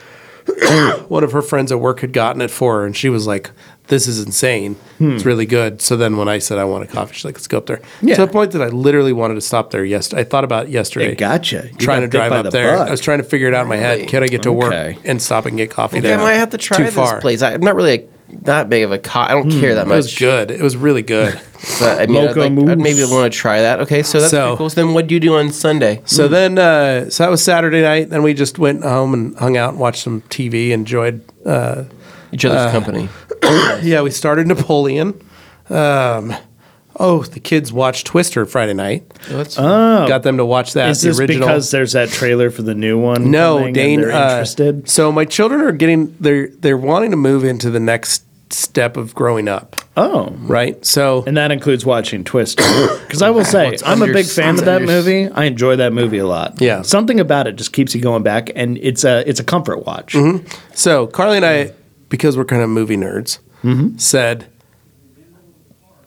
One of her friends at work had gotten it for her, and she was like, "This is insane. It's really good." So then when I said I want a coffee, she's like, "Let's go up there."
Hmm. Yeah.
To the point that I literally wanted to stop there. Yes, I thought about it yesterday
it gotcha. You
trying
got
to
bit
drive
by
up
the
there.
bug.
I was trying to figure it out in my head. Can I get to
Okay.
work and stop and get coffee
Okay,
there?
I might have to try this place. I- I'm not really like, that big of a co- I don't care that
It was
much.
Hmm. good. It was really good.
But I mean, I'd,
Mocha
like, I'd maybe
mousse.
want to try that. Okay, so that's
So-
pretty cool. So then, what do you do on Sunday?
so then, uh, so that was Saturday night. Then we just went home and hung out and watched some TV. Enjoyed. Uh,
Each other's company.
yeah, we started Napoleon. Um, oh, the kids watched Twister Friday night.
That's
Got them to watch that.
Oh. Is
the
this
original.
because there's that trailer for the new one? coming
No,
and
Dane.
they're
uh,
interested.
so my children are getting they're they're wanting to move into the next step of growing up,
Oh,
right? So
And that includes watching Twister. Because I will say,
What's
I'm a
under-
big fan of that
under-
movie. I enjoy that movie a lot.
Yeah.
Something about it just keeps you going back, and it's a it's a comfort watch.
Mm-hmm. So Carly and I, because we're kind of movie nerds, said,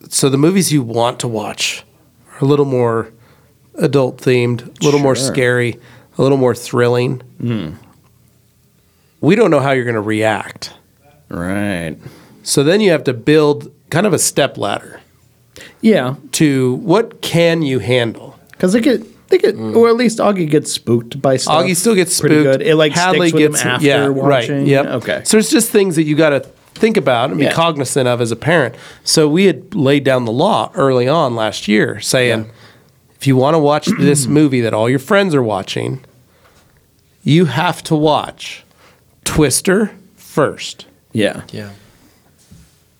so the movies you want to watch are a little more adult themed, a little more
Sure.
scary, a little more thrilling. We don't know how you're going to react.
Right.
So then you have to build kind of a step ladder
Yeah,
to what can you handle?
because they get they get, or at least Augie gets spooked by stuff.
Mm. Augie still gets
pretty
spooked.
good. It like sticks with him after
yeah,
watching.
Right, yep.
Okay.
So it's just things that you got to think about and be
Yeah.
cognizant of as a parent. So we had laid down the law early on last year saying if you want to watch this movie that all your friends are watching, you have to watch Twister first.
yeah.
Yeah.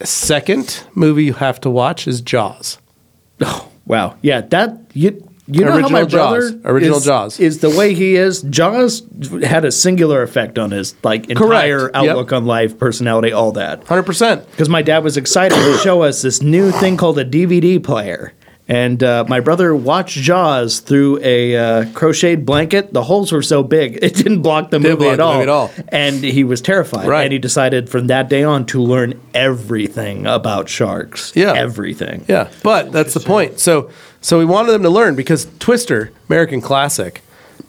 Second movie you have to watch is Jaws.
Wow. Yeah. That you you know how my
Original Jaws.
brother
Original
is,
Jaws.
is the way he is. Jaws had a singular effect on his like entire
Correct. Yep.
outlook on life, personality, all that.
100%.
Because my dad was excited to show us this new thing called a DVD player. And uh, my brother watched Jaws through a uh, crocheted blanket. The holes were so big, it didn't block the,
Didn't
movie,
block
at
the
all.
movie at all.
And he was terrified.
Right.
And he decided from that day on to learn everything about sharks.
Yeah.
Everything.
Yeah, but that's the point. So, so we wanted them to learn because Twister, American classic,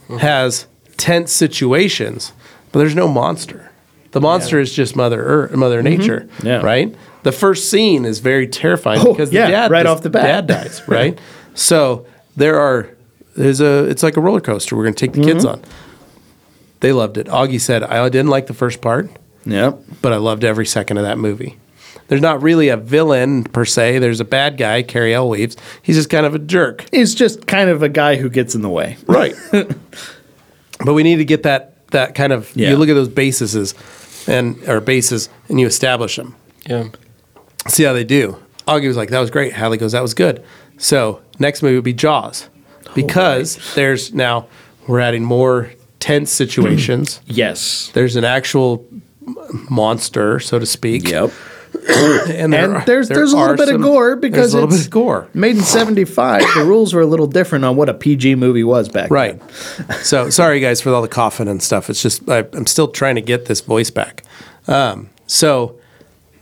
Mm-hmm.
has tense situations, but there's no monster. The monster is just Mother Earth, Mother Nature,
Mm-hmm. Yeah.
right? The first scene is very terrifying
Oh,
because
yeah,
the dad
right
does-
off the bat.
dad dies, right? so there are there's a it's like a roller coaster. We're gonna take the kids
Mm-hmm.
on. They loved it. Augie said, "I didn't like the first part."
Yep.
but I loved every second of that movie. There's not really a villain per se. There's a bad guy, Carrie Elweaves. He's just kind of a jerk.
He's just kind of a guy who gets in the way.
Right. but we need to get that that kind of
Yeah.
you look at those bases and or bases and you establish them.
Yeah.
See how they do. Augie was like, that was great. Hadley goes, that was good. So next movie would be Jaws. Because there's now we're adding more tense situations.
Yes.
there's an actual m- monster, so to speak. and,
And there's- there's a little
are
bit of gore because
there's a little
it's-
bit of gore,
Made in 75, the rules were a little different on what a PG movie was back
right?
then.
so sorry guys for all the coughing and stuff. It's just I, I'm still trying to get this voice back. Um, so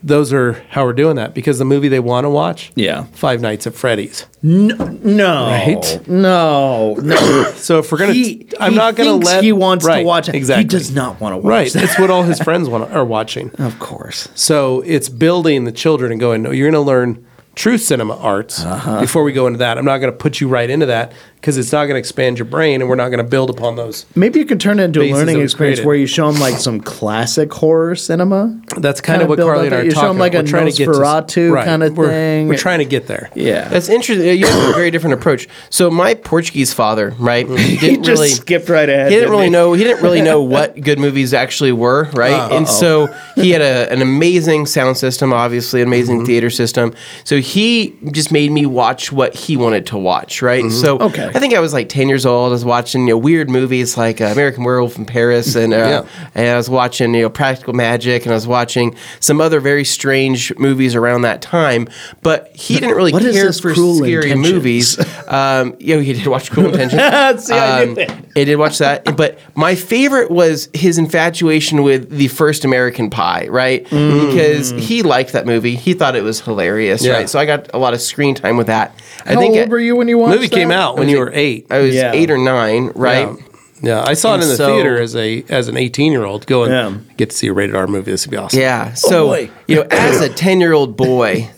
those are how we're doing that because the movie they want to watch,
Yeah.
Five Nights at Freddy's.
No.
Right?
No. No.
So if we're gonna,
He-
I'm
he
not gonna
thinks
let
he wants to
Right,
watch it.
Exactly,
He does not want to watch
Right,
that. Oh.
that's what all his friends want are watching.
Of course.
So it's building the children and going, no, you're going to learn true cinema arts
Uh-huh.
before we go into that. I'm not going to put you right into that because it's not going to expand your brain and we're not going to build upon those.
Maybe you can turn it into a
Bases
learning
that was
experience
created.
where you show them like some classic horror cinema.
That's kind, of what
build up
Carly and I
that-
are
you show 'em
talking
like a
about. We're trying to get to-
Nosferatu kind of
We're-
thing.
We're trying to get there.
Yeah.
That's interesting. You have a very different approach. So my Portuguese father, right? He didn't
he just skipped right ahead.
he didn't
didn't
really know he didn't really know what good movies actually were right and so he had a, an amazing sound system obviously amazing
Mm-hmm.
theater system so he just made me watch what he wanted to watch right so
Mm-hmm. Okay.
i think i was like 10 years old i was watching you know weird movies like uh, american werewolf in paris and uh, and i was watching you know practical magic and i was watching some other very strange movies around that time but he didn't really
What is
care
this
for
Cruel
scary
Intentions?
movies um, you know he did watch cool intentions
See, I knew
um,
it.
I did watch that, but my favorite was his infatuation with the first American Pie, right?
Mm.
Because he liked that movie. He thought it was hilarious,
Yeah.
right? So I got a lot of screen time with that. I
How
think
old
I,
were you when you watched
Movie came
that?
out when you were eight.
I was
Yeah.
eight or nine, right?
Yeah. Yeah, I saw it
And
in the
so-
theater as a as an 18 year old going.
Yeah.
Get to see a rated R movie. This would be awesome.
Yeah. So
Oh, boy.
you know, as a ten year old boy,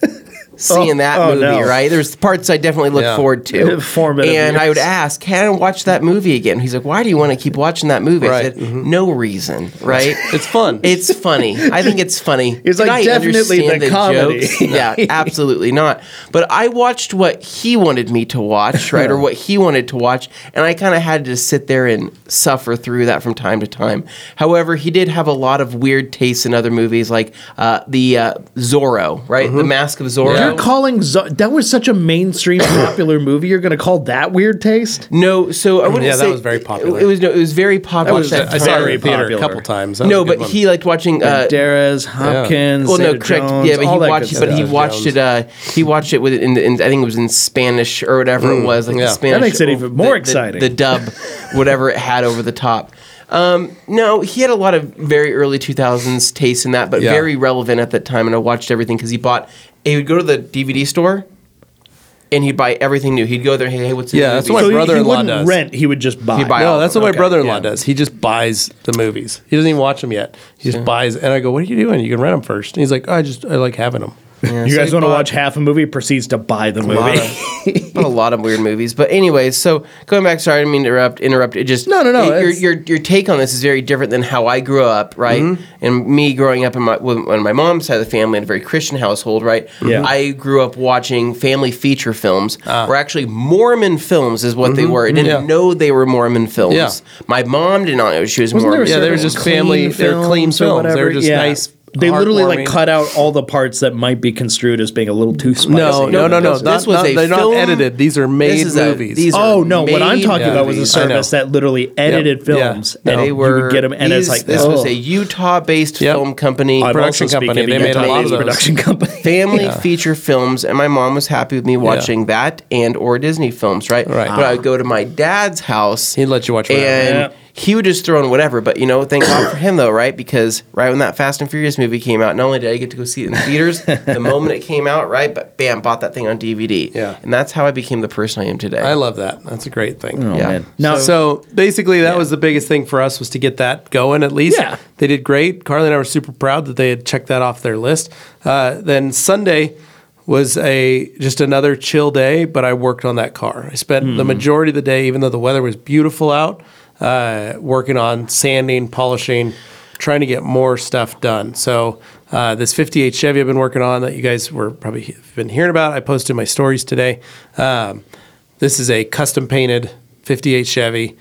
seeing
Oh,
that
oh,
movie,
no.
right? There's parts I definitely look
Yeah.
forward to.
Formative
and I would
years.
ask, "Can I watch that movie again?" He's like, "Why do you want to keep watching that movie?" I
Right. Mm-hmm.
said, "No reason, right?"
It's fun.
It's funny. I think it's funny.
It's
Did
like
I
definitely
understand
the comedy.
jokes? yeah, absolutely not. But I watched what he wanted me to watch, right, or what he wanted to watch, and I kind of had to sit there and suffer through that from time to time. However, he did have a lot of weird tastes in other movies, like uh, the uh, Zorro, right,
Mm-hmm.
The Mask of Zorro.
You're calling Zo- that was such a mainstream popular movie. You're going to call that weird taste?
no, so I wouldn't
Yeah, that
say
was very popular.
It, was no, it was very popular.
I,
at that
I saw it
time.
in the theater
popular.
a couple times. That was
No,
a good
but
one.
he liked watching uh,
Banderas, Hopkins,
Well, no,
Zeta
correct.
Jones,
yeah, but
all
he
that
watched,
good
but he
stuff.
watched it. Uh, he watched it with in, the- in I think it was in Spanish or whatever it was, like
Mm, yeah.
the
That
Spanish.
makes it
or
even more
the- the-
exciting.
The dub, whatever it had over the top. Um, no, he had a lot of very early 2000s taste in that, but
Yeah.
very relevant at that time. And I watched everything because he bought. He would go to the DVD store and he'd buy everything new. He'd go there, hey, hey what's the
Yeah,
new
that's
movie?
what
So
My
he- he
brother-in-law
wouldn't
does.
rent; he would just buy.
He'd buy
No,
all
that's
of
what my
them. Okay,
brother-in-law
yeah.
does. He just buys the movies. He doesn't even watch them yet. He just buys, and I go, "What are you doing? You can rent them first. And he's like, oh, "I just I like having them."
you guys
he
want to
bought-
watch half a movie? Proceeds to buy the
lot
movie.
of- but a lot of weird movies. But anyways, so going back, sorry, I didn't mean to interrupt. Interrupt. It just
No, no, no,
Your,
it's-
your your take on this is very different than how I grew up, right?
Mm-hmm.
And me growing up in my when when my mom's side of the family in a very Christian household, right?
Yeah.
I grew up watching family feature films,
Ah.
or actually Mormon films is what they
Mm-hmm.
were. I didn't
Mm-hmm.
Yeah.
know they were Mormon films.
Yeah.
My mom did not know she was
Wasn't there
Mormon.
a
Yeah, they were
certain
just
clean
family- they were clean
or
films. They were
whatever?
just nice,
They literally like
heartwarming-
cut out all the parts that might be construed as being a little too spicy.
No, no, no, no.
this was
not- not-
a
they're
film-
not edited. These are made
is a-
movies.
these are-
Oh no! What I'm
made
talking about was a
movies.
service
I know.
that literally edited
yeah.
films,
No.
and
They were
Oh, you would get them, and
these-
it's like
this was
oh.
a Utah-based
Yep.
film company.
I'm also
production
speaking
company.
of
They
a
made a lot
Utah-based
of
those.
production company.
family feature films and my mom was happy with me watching that and or disney films right
Right.
but i would go to my dad's house
He'd let you watch whatever.
and
Yeah.
he would just throw in whatever but you know thank god for him though right because right when that fast and furious movie came out not only did i get to go see it in theaters the moment it came out right but bam bought that thing on dvd
Yeah.
and that's how i became the person i am today
I love that. That's a great thing.
Oh,
Yeah.
man. Now,
so basically, that was the biggest thing for us was to get that going. At least
Yeah.
they did great. Carly and I were super proud that they had checked that off their list. Uh, then Sunday was a just another chill day, but I worked on that car. I spent the majority of the day, even though the weather was beautiful out, uh, working on sanding, polishing, trying to get more stuff done. So uh, this 58 Chevy I've been working on that you guys were probably he- been hearing about. I posted my stories today. Um, this is a custom painted 58 Chevy.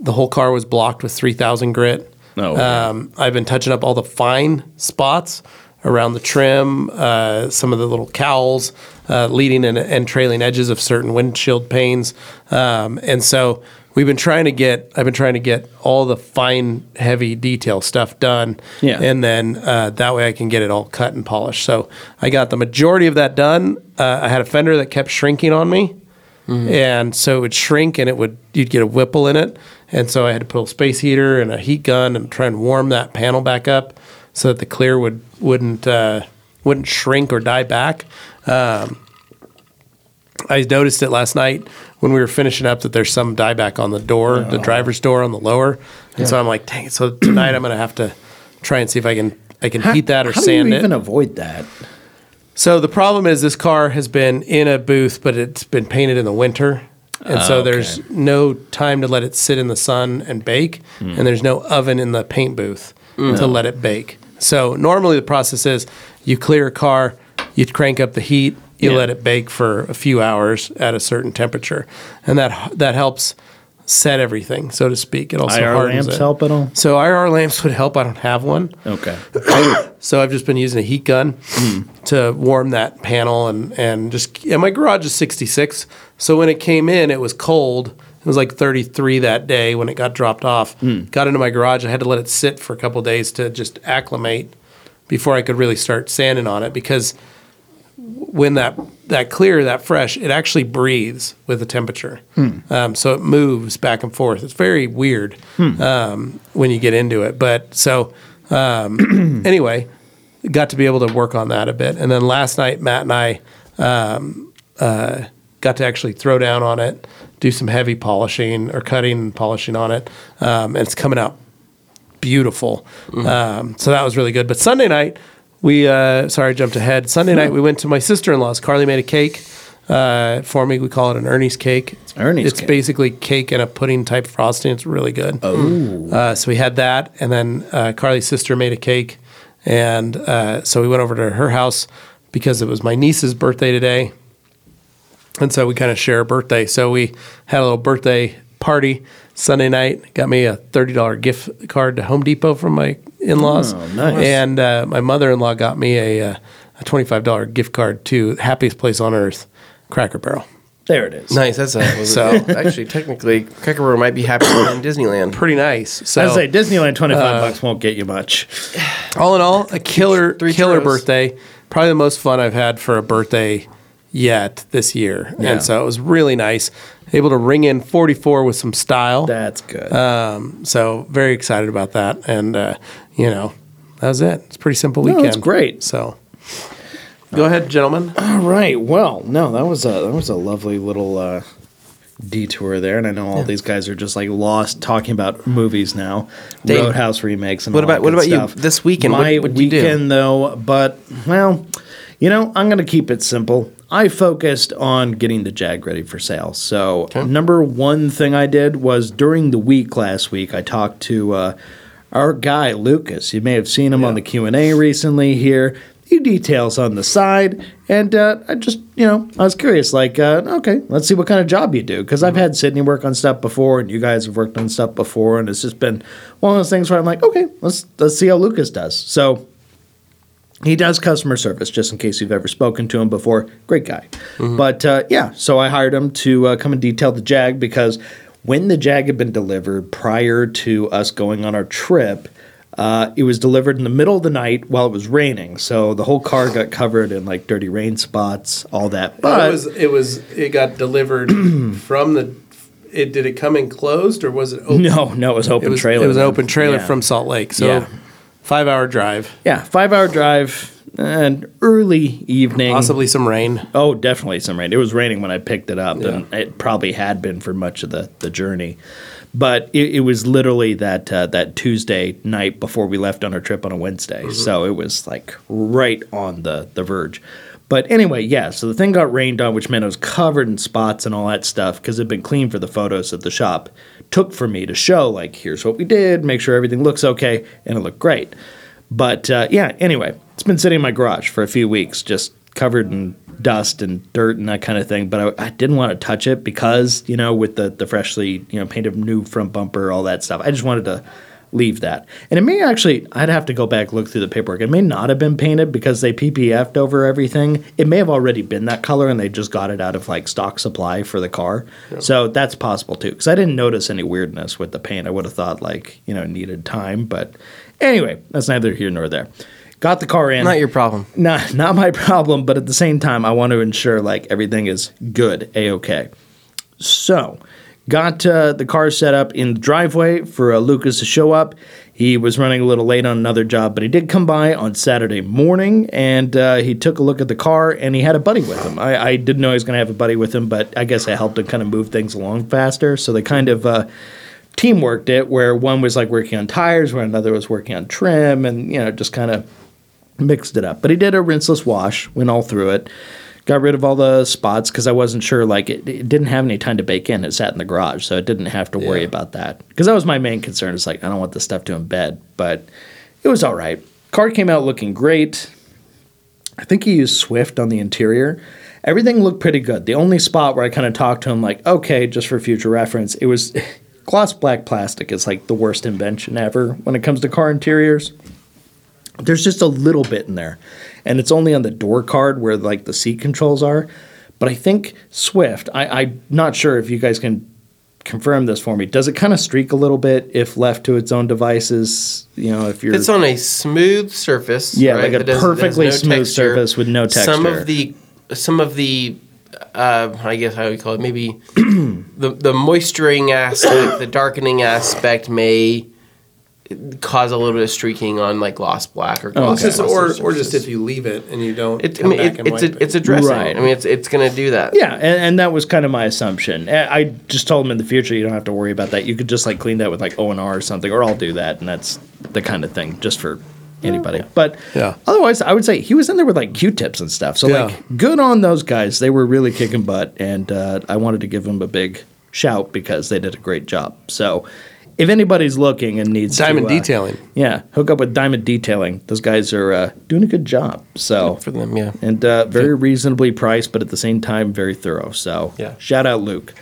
The whole car was blocked with 3000 grit.
Oh, wow.
um, I've been touching up all the fine spots around the trim, uh, some of the little cowls, uh, leading and, and trailing edges of certain windshield panes. Um, and so we've been trying to get, I've been trying to get all the fine, heavy detail stuff done.
Yeah.
And then uh, that way I can get it all cut and polished. So I got the majority of that done. Uh, I had a fender that kept shrinking on me,
Mm.
and so it would shrink, and it would you'd get a whipple in it, and so I had to put a space heater and a heat gun and try and warm that panel back up so that the clear would wouldn't uh, wouldn't shrink or die back. Um, I noticed it last night when we were finishing up that there's some dieback on the door, the
Oh.
driver's door on the lower, and so I'm like, dang. it, So tonight I'm gonna have to try and see if I can I can heat that or
how
sand
do you
it.
even avoid that?
So the problem is this car has been in a booth, but it's been painted in the winter. And so
Oh, okay.
there's no time to let it sit in the sun and bake.
Hmm.
And there's no oven in the paint booth to let it bake. So normally the process is you clear a car, you crank up the heat, you
Yeah.
let it bake for a few hours at a certain temperature. And that that helps set everything, so to speak. It also
IR
hardens
lamps
it.
help at all?
So IR lamps would help. I don't have one.
Okay.
So I've just been using a heat gun to warm that panel and and just and my garage is 66. So when it came in, it was cold. It was like 33 that day when it got dropped off. Got into my garage. I had to let it sit for a couple days to just acclimate before I could really start sanding on it because when that that clear that fresh it actually breathes with the temperature um, so it moves back and forth it's very weird um, when you get into it but so um, anyway got to be able to work on that a bit and then last night matt and i um, uh, got to actually throw down on it do some heavy polishing or cutting and polishing on it um, and it's coming out beautiful.
Mm-hmm.
Um, so that was really good. But Sunday night, we uh, sorry, I jumped ahead. Sunday night, we went to my sister in law's. Carly made a cake uh, for me. We call it an Ernie's cake. It's,
Ernie's
It's
cake.
basically cake and a pudding type frosting. It's really good. Oh. Uh, so we had that, and then uh, Carly's sister made a cake, and uh, so we went over to her house because it was my niece's birthday today and so we kind of share a birthday. So we had a little birthday party Sunday night. Got me a thirty dollar gift card to Home Depot from my in laws.
Oh, nice.
And uh, my mother in law got me a, uh, a twenty five dollar gift card to the happiest place on earth, Cracker Barrel.
There it is.
nice that's a was
So-
so actually technically cracker barrel might be happier than disneyland
Pretty nice. So
As I say, Disneyland twenty five
Uh,
bucks won't get you much.
all in all, a killer,
Three
killer
churros.
birthday. Probably the most fun I've had for a birthday yet this year.
Yeah.
And so it was really nice. Able to ring in 44 with some style.
That's good.
Um, so very excited about that, and uh, you know, that was it. It's a pretty simple weekend.
that's great.
So Go ahead, gentlemen.
All right. Well, no, that was a that was a lovely little uh, detour there, and I know all these guys are just like lost talking about movies now,
Dave,
Roadhouse remakes, and
what
all that
about- what
good
about you
stuff.
this weekend? What-
My
what'd you do?
weekend though, but well, you know, I'm gonna keep it simple. I focused on getting the Jag ready for sale. So number one thing I did was during the week last week, I talked to uh, our guy Lucas. You may have seen him on the Q and A recently here. Few details on the side, and uh, I just you know I was curious. Like, uh, okay, let's see what kind of job you do because I've had Sydney work on stuff before, and you guys have worked on stuff before, and it's just been one of those things where I'm like, okay, let's let's see how Lucas does. So he does customer service, just in case you've ever spoken to him before. Great guy.
Mm-hmm.
But uh, yeah, so I hired him to uh, come and detail the Jag because when the Jag had been delivered prior to us going on our trip, uh, it was delivered in the middle of the night while it was raining. So the whole car got covered in like dirty rain spots, all that. But
it was it was it got delivered from the. It did it come in closed or was it open?
no, no, it was open
it was
trailer.
It was an open trailer
Yeah.
from Salt Lake, so
Yeah.
five hour drive,
yeah, five hour drive and early evening.
possibly some rain.
Oh, definitely some rain. It was raining when I picked it up, and
Yeah.
it probably had been for much of the, the journey. But it, it was literally that uh, that Tuesday night before we left on our trip on a Wednesday, so it was like right on the the verge. But anyway, yeah. So the thing got rained on, which meant it was covered in spots and all that stuff because it'd been cleaned for the photos at the shop. Took for me to show like here's what we did, make sure everything looks okay, and it looked great. But uh, yeah, anyway, it's been sitting in my garage for a few weeks, just covered in dust and dirt and that kind of thing. But I, I didn't want to touch it because you know, with the the freshly you know painted new front bumper, all that stuff. I just wanted to leave that. And it may actually, I'd have to go back look through the paperwork. It may not have been painted because they PPF'd over everything. It may have already been that color and they just got it out of like stock supply for the car. So that's possible too. Because I didn't notice any weirdness with the paint. I would have thought like you know it needed time, but anyway, that's neither here nor there. Got the car in
Not your problem.
not not my problem, but at the same time, I want to ensure like everything is good, a okay. So, got uh, the car set up in the driveway for uh, Lucas to show up. He was running a little late on another job, but he did come by on Saturday morning and uh, he took a look at the car and he had a buddy with him. I, I didn't know he was going to have a buddy with him, but I guess I helped him kind of move things along faster. So they kind of. Uh, team worked it where one was like working on tires where another was working on trim and you know just kind of mixed it up. But he did a rinseless wash, went all through it, got rid of all the spots because I wasn't sure. Like it, it didn't have any time to bake in. It sat in the garage, so it didn't have to worry about that. Because that was my main concern. It's like I don't want this stuff to embed, but it was all right. Car came out looking great. I think he used Swift on the interior. Everything looked pretty good. The only spot where I kind of talked to him, like, okay, just for future reference, it was gloss black plastic is like the worst invention ever when it comes to car interiors there's just a little bit in there and it's only on the door card where like the seat controls are but i think swift I, i'm not sure if you guys can confirm this for me does it kind of streak a little bit if left to its own devices you know if you're
It's on a smooth surface.
Yeah,
right,
like a
that doesn't- there's
perfectly smooth surface with no
Some
texture.
of the, some of the, uh, I guess how would call it maybe the the moisturing aspect, the darkening aspect may cause a little bit of streaking on like gloss black or
Oh,
gloss.
Just-
glossy
or, or just
surfaces.
if you leave it and you don't
It, I
come
mean,
back
it,
and
it's
wipe
a,
it.
it's addressing.
Right.
I mean, it's it's going to do that.
yeah and, and that was kind of my assumption A- i just told him in the future you don't have to worry about that you could just like clean that with like o&r or something or i'll do that and that's the kind of thing just for anybody but
Yeah.
otherwise i would say he was in there with like q-tips and stuff so
Yeah.
like good on those guys. They were really kicking butt, and uh, I wanted to give them a big shout because they did a great job. So, if anybody's looking and needs to,
Diamond
uh,
Detailing.
yeah, hook up with Diamond Detailing. Those guys are uh, doing a good job. So
for them, yeah.
and uh, very reasonably priced, but at the same time very thorough. So
Yeah.
shout out Luke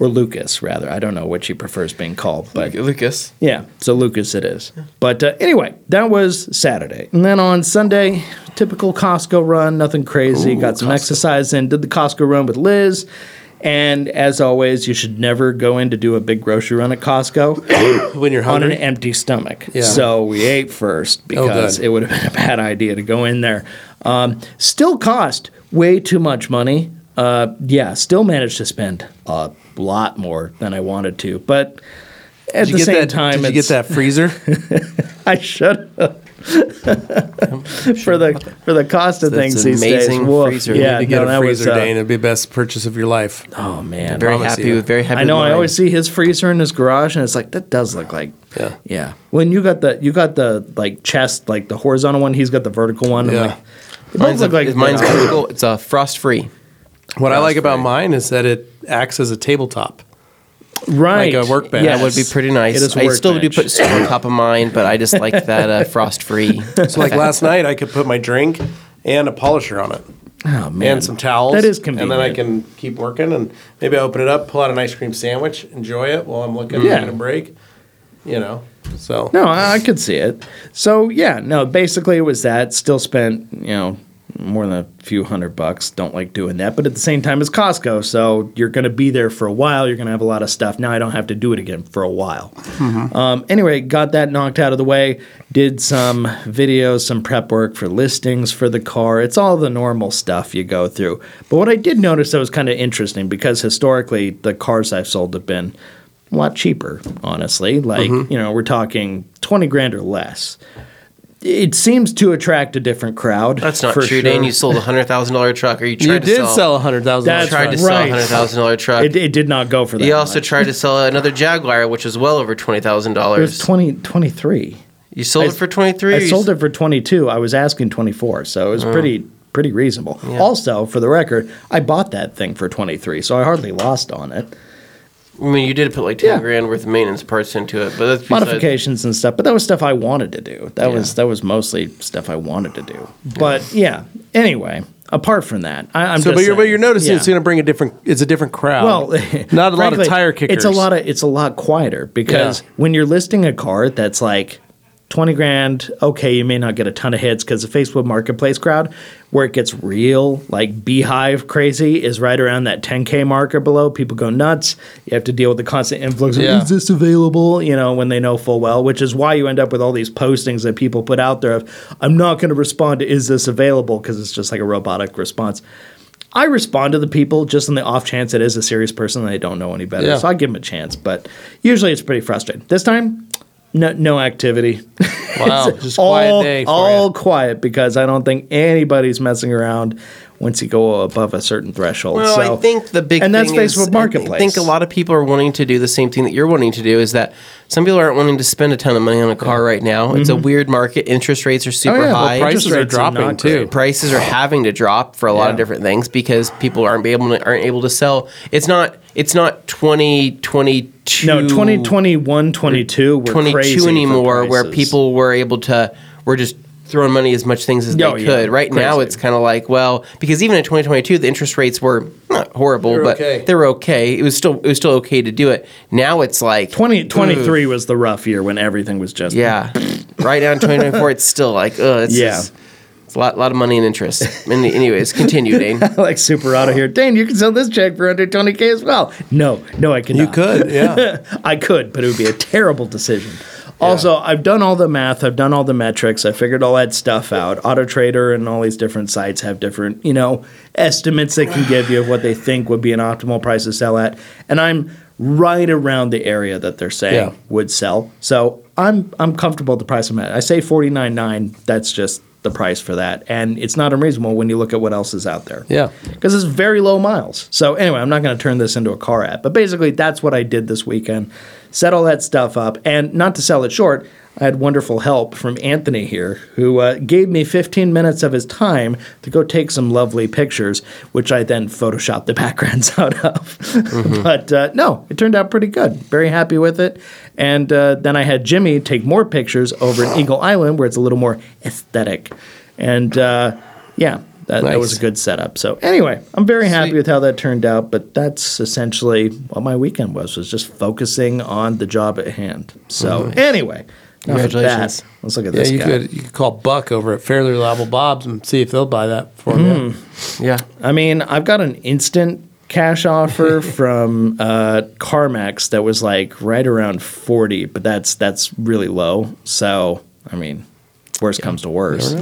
or Lucas rather. I don't know what she prefers being called, but
Lucas.
yeah, so Lucas it is. But uh, anyway, that was Saturday. And then on Sunday, typical Costco run, nothing crazy. Got some exercise in, did the Costco run with Liz. And as always, you should never go in to do a big grocery run at Costco
when you're
on an
hungry.
empty stomach.
Yeah. Oh,
So we ate first because
good.
it would have been a bad idea to go in there. Um, still cost way too much money. Uh, yeah, still managed to spend a lot more than I wanted to. But at
Did
the
you get
same
that
time,
did you get
it's-
that freezer?
I should have. for the for the cost of
It's
things
an
these days.
amazing
Woof.
freezer. You
Yeah,
to get
no,
a
that was,
freezer,
uh,
Dane. It'd be the best purchase of your life.
Oh man,
Very
Promise
happy
you.
with very happy.
I know.
with
I
mine.
always see his freezer in his garage, and it's like that does look like
Yeah.
yeah. When you got the you got the like chest, like the horizontal one, he's got the vertical one. I'm
Yeah.
like, they both
Mine's,
look
a,
like
mine's
they are.
vertical. It's a frost free.
What I like about mine is that it acts as a tabletop.
right,
like a workbench.
That would be pretty nice.
It is
I still do
workbench.
put snow on top of mine, but I just like that uh, frost free.
So like last night, I could put my drink and a polisher on it.
Oh man,
and some towels.
That is
And then I
convenient.
can keep working and maybe I open it up, pull out an ice cream sandwich, enjoy it while I'm looking
Yeah.
at a break. You know. So
No, I, I could see it. So yeah, no. Basically, it was that. Still spent you know more than a few hundred bucks. Don't like doing that, but at the same time, it's Costco, so you're going to be there for a while. You're going to have a lot of stuff. Now I don't have to do it again for a while. Um, anyway, got that knocked out of the way. Did some videos, some prep work for listings for the car. It's all the normal stuff you go through. But what I did notice that was kind of interesting because historically the cars I've sold have been a lot cheaper, honestly. Like,
Mm-hmm.
you know, we're talking 20 grand or less. It seems to attract a different crowd.
That's not
for
true, Dane. You sold a hundred thousand dollar truck, or you tried
you
to
did
sell.
sell a hundred thousand
you
That's
tried
right.
to sell a
Right.
hundred thousand dollar truck.
it, it did not go for that.
You also
much.
tried to sell another Jaguar, which was well over twenty thousand
it was
dollars.
20, 23.
You sold it for twenty three.
I sold it for 22. I was asking 24, so it was
Oh.
pretty pretty reasonable. Also, for the record, I bought that thing for 23, so I hardly lost on it.
I mean, you did put like ten
Yeah.
grand worth of maintenance parts into it, but that's besides-
Modifications and stuff, but that was stuff I wanted to do. That was that was mostly stuff I wanted to do. But yeah, anyway, apart from that, I, I'm
So
just
but you're, but
saying-
you're noticing
yeah.
it's gonna bring a different it's a different crowd.
Well,
not a lot of
frankly,
tire kickers.
It's a lot of it's a lot quieter because
Yeah.
when you're listing a car that's like twenty grand, okay, you may not get a ton of hits because the Facebook Marketplace crowd, where it gets real like beehive crazy, is right around that ten k mark or below. People go nuts. You have to deal with the constant influx. of
Yeah.
Is this available? You know, when they know full well, which is why you end up with all these postings that people put out there of, I'm not going to respond to is this available because it's just like a robotic response. I respond to the people just on the off chance it is a serious person and they don't know any better.
Yeah.
So I give them a chance, but usually it's pretty frustrating. This time, no, no activity. It's
wow, Oh, just a quiet
all,
day for
all
you.
quiet because I don't think anybody's messing around once you go above a certain threshold.
Well,
So-
I think the big
and that's
thing is-
Facebook Marketplace.
I think a lot of people are wanting to do the same thing that you're wanting to do. Is that some people aren't wanting to spend a ton of money on a car right now? It's a weird market. Interest rates are super
Mm-hmm. Oh, yeah. Well, price-
high.
Oh, prices are
rates are
dropping
not
too.
great.
prices are having to drop for a lot
Yeah.
of different things because people aren't be able to, aren't able to sell. It's not it's not 2022
no 2021 22 were
22
crazy for
anymore where
prices.
people were able to were just throwing money as much things as
Oh,
they
yeah.
could. Right now
Crazy.
it's kind of like, well, because even in 2022 the interest rates were not horrible,
They're
but
okay.
they were okay. It was still it was still okay to do it. Now it's like
20 23 was the rough year when everything was just
yeah. right now in 2024 it's still like, oh, it's
Yeah.
yeah. it's a lot, lot of money and interest. And anyways, continue, Dane.
like super auto here. Dane, you can sell this check for under 20k as well. No, no, I cannot.
You could, yeah.
I could, but it would be a terrible decision. Also, I've done all the math, I've done all the metrics, I figured all that stuff out. Auto Trader and all these different sites have different, you know, estimates they can give you of what they think would be an optimal price to sell at. And I'm right around the area that they're saying
Yeah.
would sell. So I'm I'm comfortable with the price I'm at. I say forty nine nine, that's just the price for that. And it's not unreasonable when you look at what else is out there
Yeah.
because it's very low miles. So anyway, I'm not going to turn this into a car ad, but basically that's what I did this weekend. Set all that stuff up, and not to sell it short, I had wonderful help from Anthony here, who uh, gave me 15 minutes of his time to go take some lovely pictures, which I then photoshopped the backgrounds out of. but uh, no, it turned out pretty good. Very happy with it. And uh, then I had Jimmy take more pictures over in Eagle Island, where it's a little more aesthetic. And uh, yeah, that, that was
Nice.
a good setup. So anyway, I'm very happy with how that turned out, but that's essentially what my weekend was was just focusing on the job at hand. So anyway, enough of that.
Congratulations.
Let's look at
Mm-hmm. Yeah,
this
you
guy.
could you could call Buck over at Fairly Reliable Bob's and see if they'll buy that for you.
Yeah.
I mean, I've got an instant cash offer from uh, CarMax that was like right around 40, but that's that's really low. So, I mean, worst comes to worst.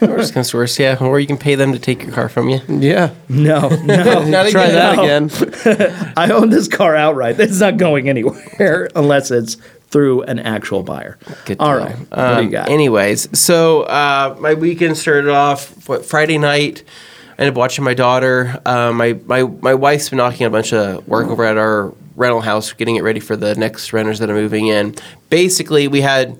Worst comes to worst, yeah. Or you can pay them to take your car from you.
Yeah.
Hmm. No, no.
Try that again.
I own this car outright. It's not going anywhere unless it's through an actual buyer.
Good
All
deal.
right. what do you
Um,
got?
Anyways, so uh, my weekend started off what, Friday night. I ended up watching my daughter. Uh, my, my my wife's been knocking a bunch of work over at our rental house, getting it ready for the next renters that are moving in. Basically, we had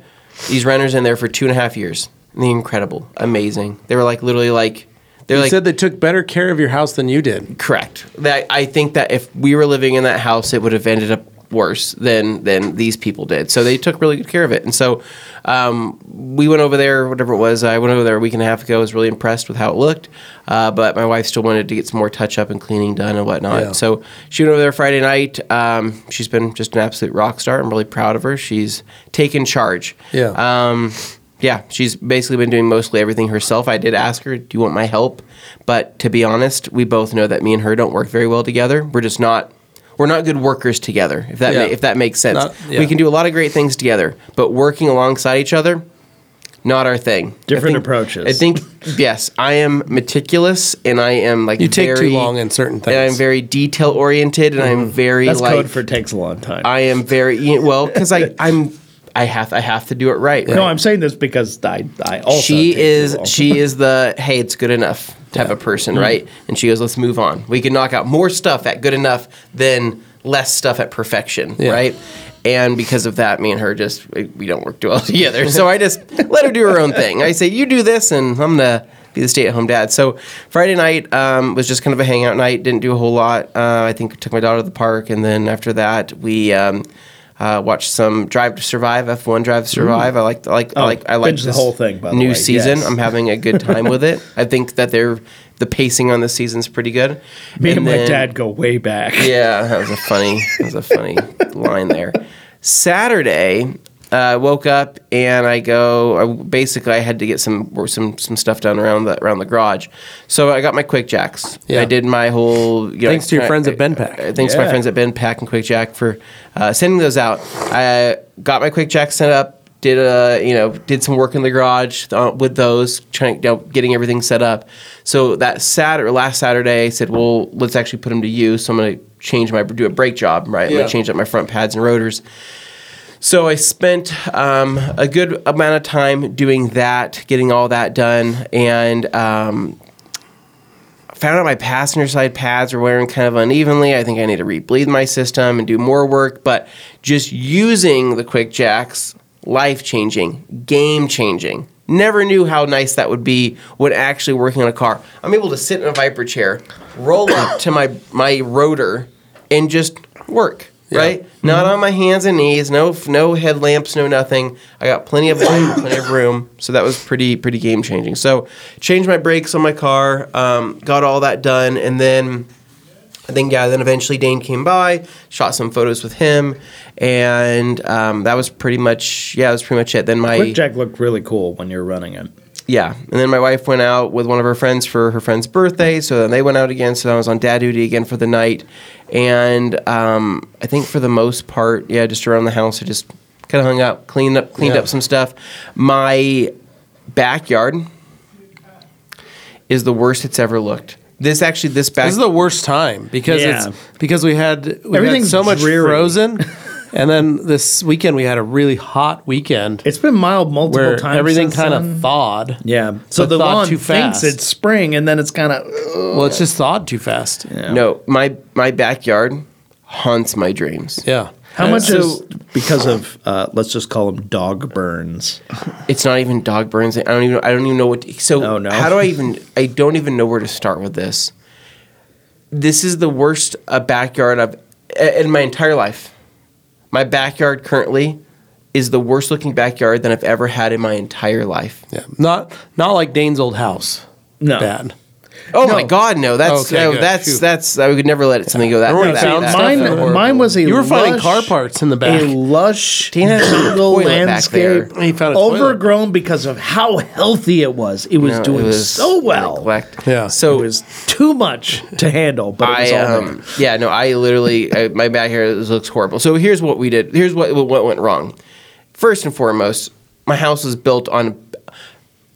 these renters in there for two and a half years. The incredible, amazing. They were like literally like they're
You
like
said they took better care of your house than you did.
Correct. That I think that if we were living in that house, it would have ended up worse than than these people did. So they took really good care of it. And so um, we went over there, whatever it was. I went over there a week and a half ago. I was really impressed with how it looked, uh, but my wife still wanted to get some more touch up and cleaning done and whatnot.
Yeah.
So she went over there Friday night. Um, she's been just an absolute rock star. I'm really proud of her. She's taken charge.
Yeah.
Um, yeah, she's basically been doing mostly everything herself. I did ask her, "Do you want my help?" But to be honest, we both know that me and her don't work very well together. We're just not we're not good workers together. If that
Yeah.
ma- if that makes sense,
Not- yeah.
we can do a lot of great things together, but working alongside each other, not our thing. I
Different
think-
approaches.
I think yes, I am meticulous and I am like
You take
very-
too long in certain things. Mm-hmm.
And I'm very detail oriented, and I'm very
That's
like
code for takes a long time.
I am very you know, well because I I'm I have I have to do it right.
no,
right?
I'm saying this because I, I also
she
take too
is
long.
she is the hey it's good enough type of person
Mm-hmm.
right and she goes let's move on we can knock out more stuff at good enough than less stuff at perfection
Yeah.
right and because of that me and her just we we don't work too well together so i just let her do her own thing i say you do this and i'm gonna be the stay-at-home dad so friday night um, was just kind of a hangout night didn't do a whole lot uh, i think took my daughter to the park and then after that we um, uh, watched some Drive to Survive, F1 Drive to
Mm-hmm.
Survive. I like, I like, I like, I like
Oh, binge the whole thing, by the
new
way,
season.
yes.
I'm having a good time with it. I think that they're the pacing on the season's pretty good.
Me and, my
then-
dad go way back.
Yeah, that was a funny, that was a funny line there. Saturday, I woke up and I go. I, basically, I had to get some some some stuff done around the around the garage. So I got my quick jacks.
Yeah.
I did my whole. You know,
Thanks to your
I-
friends at
I-
Benpack.
I- Thanks to
Yeah.
my friends at Ben Pack and Quick Jack for uh, sending those out. I got my Quick Jack set up. Did uh, you know did some work in the garage uh, with those, trying you know, getting everything set up. So that Saturday, last Saturday, I said, well, let's actually put them to use. So I'm gonna change my do a brake job, right? I'm
Yeah.
gonna change up my front pads and rotors. So I spent um, a good amount of time doing that, getting all that done, and um, found out my passenger side pads were wearing kind of unevenly. I think I need to re-bleed my system and do more work. But just using the quick jacks, life changing, game changing. Never knew how nice that would be when actually working on a car. I'm able to sit in a Viper chair, roll up to my my rotor, and just work. Right, not on my hands and knees. No, no headlamps. No nothing. I got plenty of light, plenty of room. So that was pretty, pretty game changing. So changed my brakes on my car. Um, got all that done, and then I think yeah. Then eventually Dane came by, shot some photos with him, and um, that was pretty much yeah. That was pretty much it. Then my
Quick Jack looked really cool when you're running it.
yeah, and then my wife went out with one of her friends for her friend's birthday. So then they went out again. So then I was on dad duty again for the night, and um, I think for the most part, yeah, just around the house, I just kind of hung out, cleaned up, cleaned
Yeah.
up some stuff. My backyard is the worst it's ever looked. This actually, this back
This is the worst time because
Yeah.
it's because we had we had
Everything's
so much
dreary.
frozen, and then this weekend we had a really hot weekend
It's been mild multiple
where
times.
everything
since
kind
then.
of thawed.
Yeah. So
but
the
thawed
lawn
too
thinks
fast. Uh,
it's spring, and then it's kind of.
Well, it's just thawed too fast. Yeah.
no my my backyard haunts my dreams.
How much
So-
is because of uh, let's just call them dog burns?
It's not even dog burns. I don't even. I don't even know what. To, so
Oh, no.
how do I even? I don't even know where to start with this. This is the worst a backyard I've a- in my entire life. My backyard currently is the worst looking backyard that I've ever had in my entire life.
Yeah. Not not like Dane's old house.
No.
Bad.
Oh
No.
my god, no! That's
Oh,
Okay,
no,
good.
that's
Phew.
that's I would never let something go that.
Remember when
that,
we found
that-
stuff
that
in
Mine,
horrible.
mine was a.
You were finding
lush-
car parts in the
A
back.
lush
Dana had a
jungle
toilet back there.
landscape,
He found a toilet.
overgrown because of how healthy it was. It was
No, it
doing
was
so well.
neglect.
Yeah.
So
It was too much to handle, but it was
I
all there.
um, yeah no I literally I, my back hair looks horrible. So here's what we did. Here's what what went wrong. First and foremost, my house was built on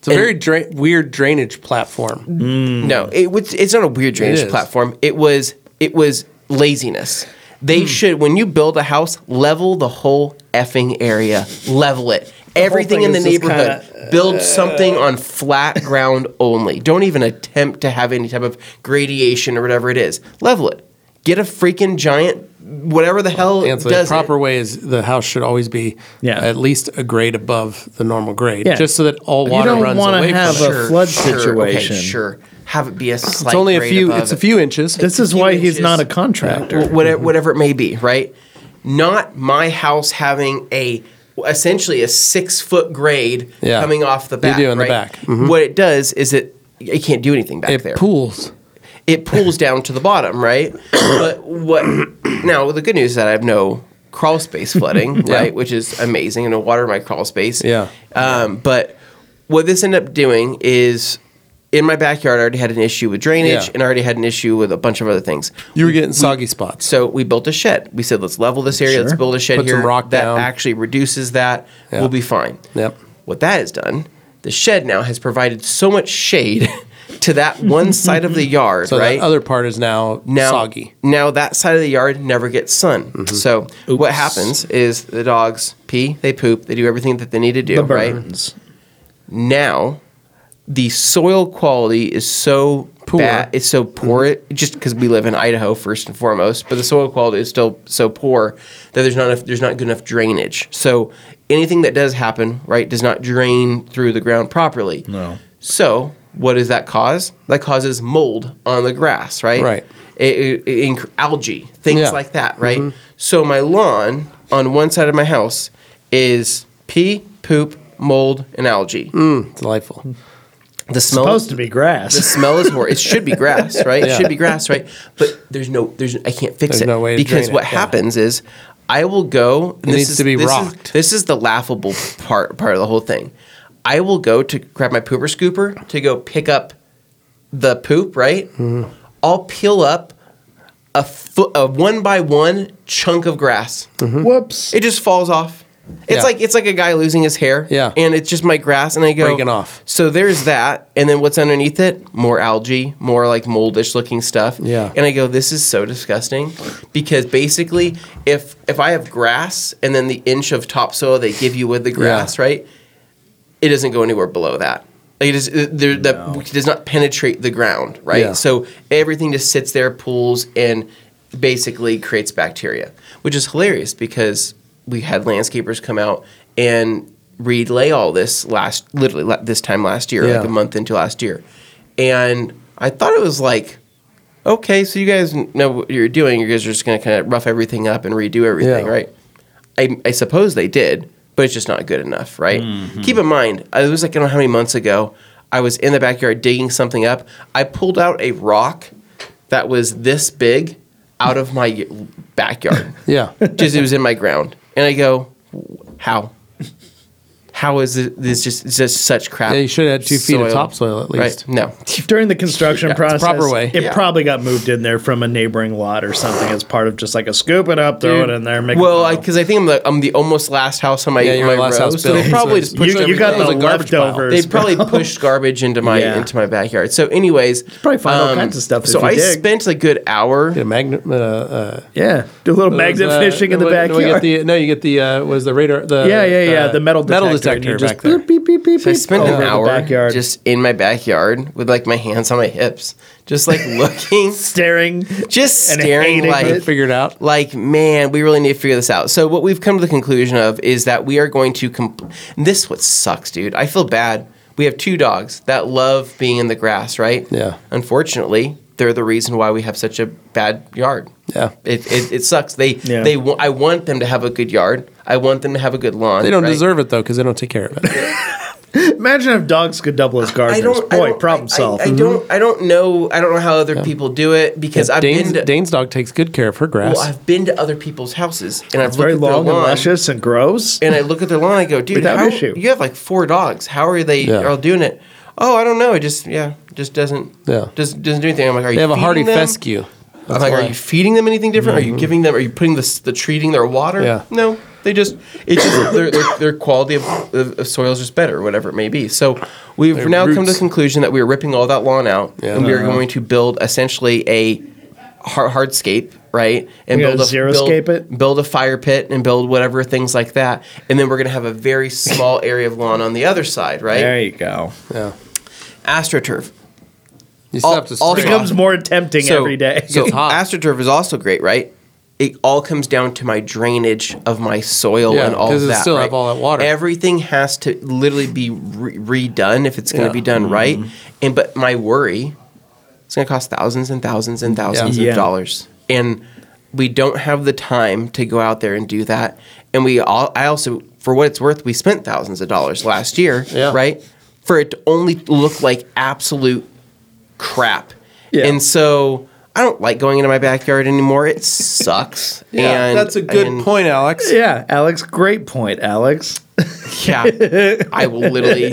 It's a very dra- weird drainage
Mm-hmm.
platform.
no. It was it's not a weird drainage
Mm. is.
platform. It was it was laziness.
Mm.
They should, when you build a house, level the whole effing area, level it. Everything
thing
in the
is just
neighborhood.
uh,
build something on flat ground only. Don't even attempt to have any type of gradation or whatever it is. Level it. Get a freaking giant, whatever the hell
And so the
does it.
proper way is the house should always be
Yeah.
at least a grade above the normal grade,
Yeah.
just so that all water
don't
runs
wanna
away
have
from
a
it.
flood situation.
Okay, sure. Have it be a slight.
It's only a
grade
few.
above
It's a
it.
few inches.
This is
a few
why he's
inches.
not a contractor.
Wh-
mm-hmm.
whatever, whatever it may be, right? Not my house having a essentially a six foot grade
Yeah.
coming off the
They
back.
do in the
right?
back. Mm-hmm.
What it does is it it can't do anything back
it
there.
pools.
it pulls down to the bottom, right? but what now? The good news is that I have no crawl space flooding, right? Which is amazing, and I water my crawl space.
Yeah.
Um, but what this ended up doing is. In my backyard, I already had an issue with drainage,
Yeah.
and I already had an issue with a bunch of other things.
You were getting
Mm.
soggy spots.
So we built a shed. We said, let's level this area. Let's
Sure.
build a shed
Put
here
some rock
that
down.
actually reduces that.
Yeah.
We'll be fine.
Yep.
What that has done, the shed now has provided so much shade to that one side of the yard,
So
right?
that other part is now,
now,
soggy. Mm-hmm.
Now that side of the yard never gets sun. So what happens is the dogs pee, they poop, they do everything that they need to do,
The
right?
burns.
now the soil quality is so
Poor.
bad it's so poor it, just because we live in idaho first and foremost but the soil quality is still so poor that there's not enough there's not good enough drainage so anything that does happen right does not drain through the ground properly
No.
so what does that cause that causes mold on the grass right
Right.
it, it- it inc- algae things
Yeah. Mm-hmm.
like that right so my lawn on one side of my house is pee poop mold and algae
It's delightful.
the smell
Supposed to be grass.
the smell is horrible. It should be grass, right? It
Yeah.
should be grass, right? But there's no there's I can't fix
There's
it
no way to
because
drain
what
it, yeah.
happens is I will go. and
It needs
is,
to be
this Is,
rocked.
this is the laughable part part of the whole thing. I will go to grab my pooper scooper to go pick up the poop, right?
Mm-hmm.
I'll peel up a foot, a one by one chunk of grass.
Whoops.
It just falls off. It's
Yeah.
like it's like a guy losing his hair.
Yeah.
And it's just my grass and I go
Breaking off.
So there's that. And then what's underneath it? More algae, more like moldish looking stuff.
Yeah.
And I go, this is so disgusting. Because basically if if I have grass and then the inch of topsoil they give you with the grass, right? It doesn't go anywhere below that. Like it is it- there that
No.
it does not penetrate the ground, right?
Yeah.
So everything just sits there, pools, and basically creates bacteria, which is hilarious because we had landscapers come out and relay all this last, literally la- this time last year, like
Yeah.
a month into last year. And I thought it was like, okay, so you guys n- know what you're doing. You guys are just going to kind of rough everything up and redo everything,
Yeah.
right? I, I suppose they did, but it's just not good enough, right? Keep in mind, I was like, I don't know how many months ago, I was in the backyard digging something up. I pulled out a rock that was this big out of my y- backyard.
Yeah.
just it was in my ground. And I go, how? How is this, this just, it's just such crap?
Yeah, you should have had two feet of
soil.
topsoil at least.
Right? No.
During the construction
Yeah, it's
process,
proper way.
it
Yeah.
probably got moved in there from a neighboring lot or something as part of just like a scoop it up, throw it in there, make
well,
a pile.
because I, think I'm the I'm the almost last house on my
Yeah, you
on
were
my
last
row,
house
so they
built.
probably
So
just pushed
you, you got
everything-
the
It was a garbage pile.
leftovers.
They probably pushed garbage into my
Yeah.
into my backyard. So, anyways, um,
probably find all kinds of stuff
So
if you
I
dig.
spent a good hour.
Get a magnet. Uh, uh,
yeah, do a little bags of
uh,
fishing in the
what- no,
backyard.
you get the- no, you get the uh, was the radar. The
yeah, yeah, yeah.
uh,
the metal detector,
metal
and you
detector
just
back there.
Beep, beep, beep, beep,
I
beep,
spent
over
an
Oh, the
hour
backyard,
just in my backyard with like my hands on my hips, just like looking,
staring.
just
And
staring
hating
like
it.
Figure it out.
like man we really need to figure this out so what we've come to the conclusion of is that we are going to compl- and this is what sucks dude i feel bad we have two dogs that love being in the grass right
Yeah.
unfortunately they're the reason why we have such a bad yard
Yeah.
it, it, it sucks they
Yeah.
they wa- i want them to have a good yard i want them to have a good lawn
They don't
right?
deserve it though because they don't take care of it.
Imagine if dogs could double as gardeners. Boy, problem
I- I-
solved.
I,
Mm-hmm.
don't. I don't know. I don't know how other people do it because I've
Dane's,
been to,
Dane's dog takes good care of her grass.
well, I've been to other people's houses and I've
it's very
looked at their
long and
lawn,
luscious and gross.
and I look at their lawn. I go, dude,
Without
how,
issue.
you have like four dogs. How are they
Yeah.
are all doing it? Oh, I don't know. It just yeah, just doesn't
Yeah.
doesn't doesn't do anything. I'm like, are you
they have a
feeding
hearty
them?
fescue.
I'm like,
why.
are you feeding them anything different? Are you giving them? Are you putting the s- the treating their water?
Yeah.
No, they just it's just their, their, their quality of, of, of soil is just better, or whatever it may be. So we've now come to
roots.
the conclusion that we are ripping all that lawn out,
Yeah.
and we are going to build essentially a hard, hardscape, right? And
We're gonna zero-scape
build,
it?
build a fire pit and build whatever things like that. And then we're gonna have a very small area of lawn on the other side, right?
There you go.
Yeah.
AstroTurf.
You still
All-
have to
all
spray.
Becomes more tempting
So-
every day.
So
It's hot.
AstroTurf is also great, right? It all comes down to my drainage of my soil
Yeah,
and all
'cause
of
it
that.
still
right?
have all that water.
Everything has to literally be re- redone if it's going to
Yeah.
be done
Mm-hmm.
right. And but my worry, it's going to cost thousands and thousands and thousands
Yeah.
of dollars, and we don't have the time to go out there and do that. And we all, I also, for what it's worth, we spent thousands of dollars last year,
Yeah.
right? For it to only look like absolute crap.
Yeah.
And so I don't like going into my backyard anymore. It sucks.
Yeah,
and,
that's a good
and,
point, Alex.
yeah, Alex. Great point, Alex.
Yeah, I will literally,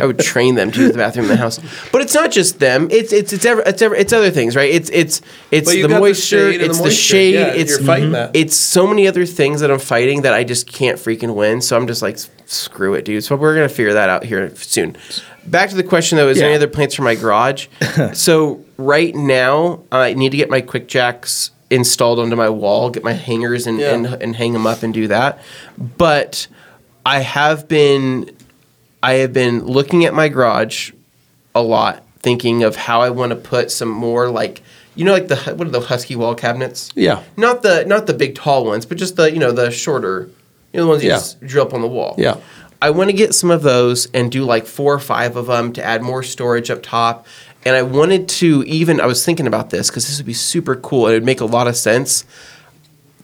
I would train them to use the bathroom in the house. But it's not just them. It's it's it's ever, it's ever, it's other things, right? It's it's it's
But you
the
got the
moisture.
shade and
it's
the
the,
moisture.
shade.
Yeah,
it's
you're fighting that.
It's so many other things that I'm fighting that I just can't freaking win. So I'm just like, screw it, dude. So we're gonna figure that out here soon. Back to the question though: Is there
Yeah.
any other plants for my garage? so right now, I need to get my quick jacks installed onto my wall, get my hangers and
Yeah.
and, and hang them up and do that. But I have been I have been looking at my garage a lot, thinking of how I want to put some more like you know like the hu- what are the husky wall cabinets?
Yeah.
Not the not the big tall ones, but just the you know the shorter, you know the ones you
Yeah.
just drill up on the wall.
Yeah.
I want to get some of those and do like four or five of them to add more storage up top. And I wanted to even I was thinking about this because this would be super cool. and It would make a lot of sense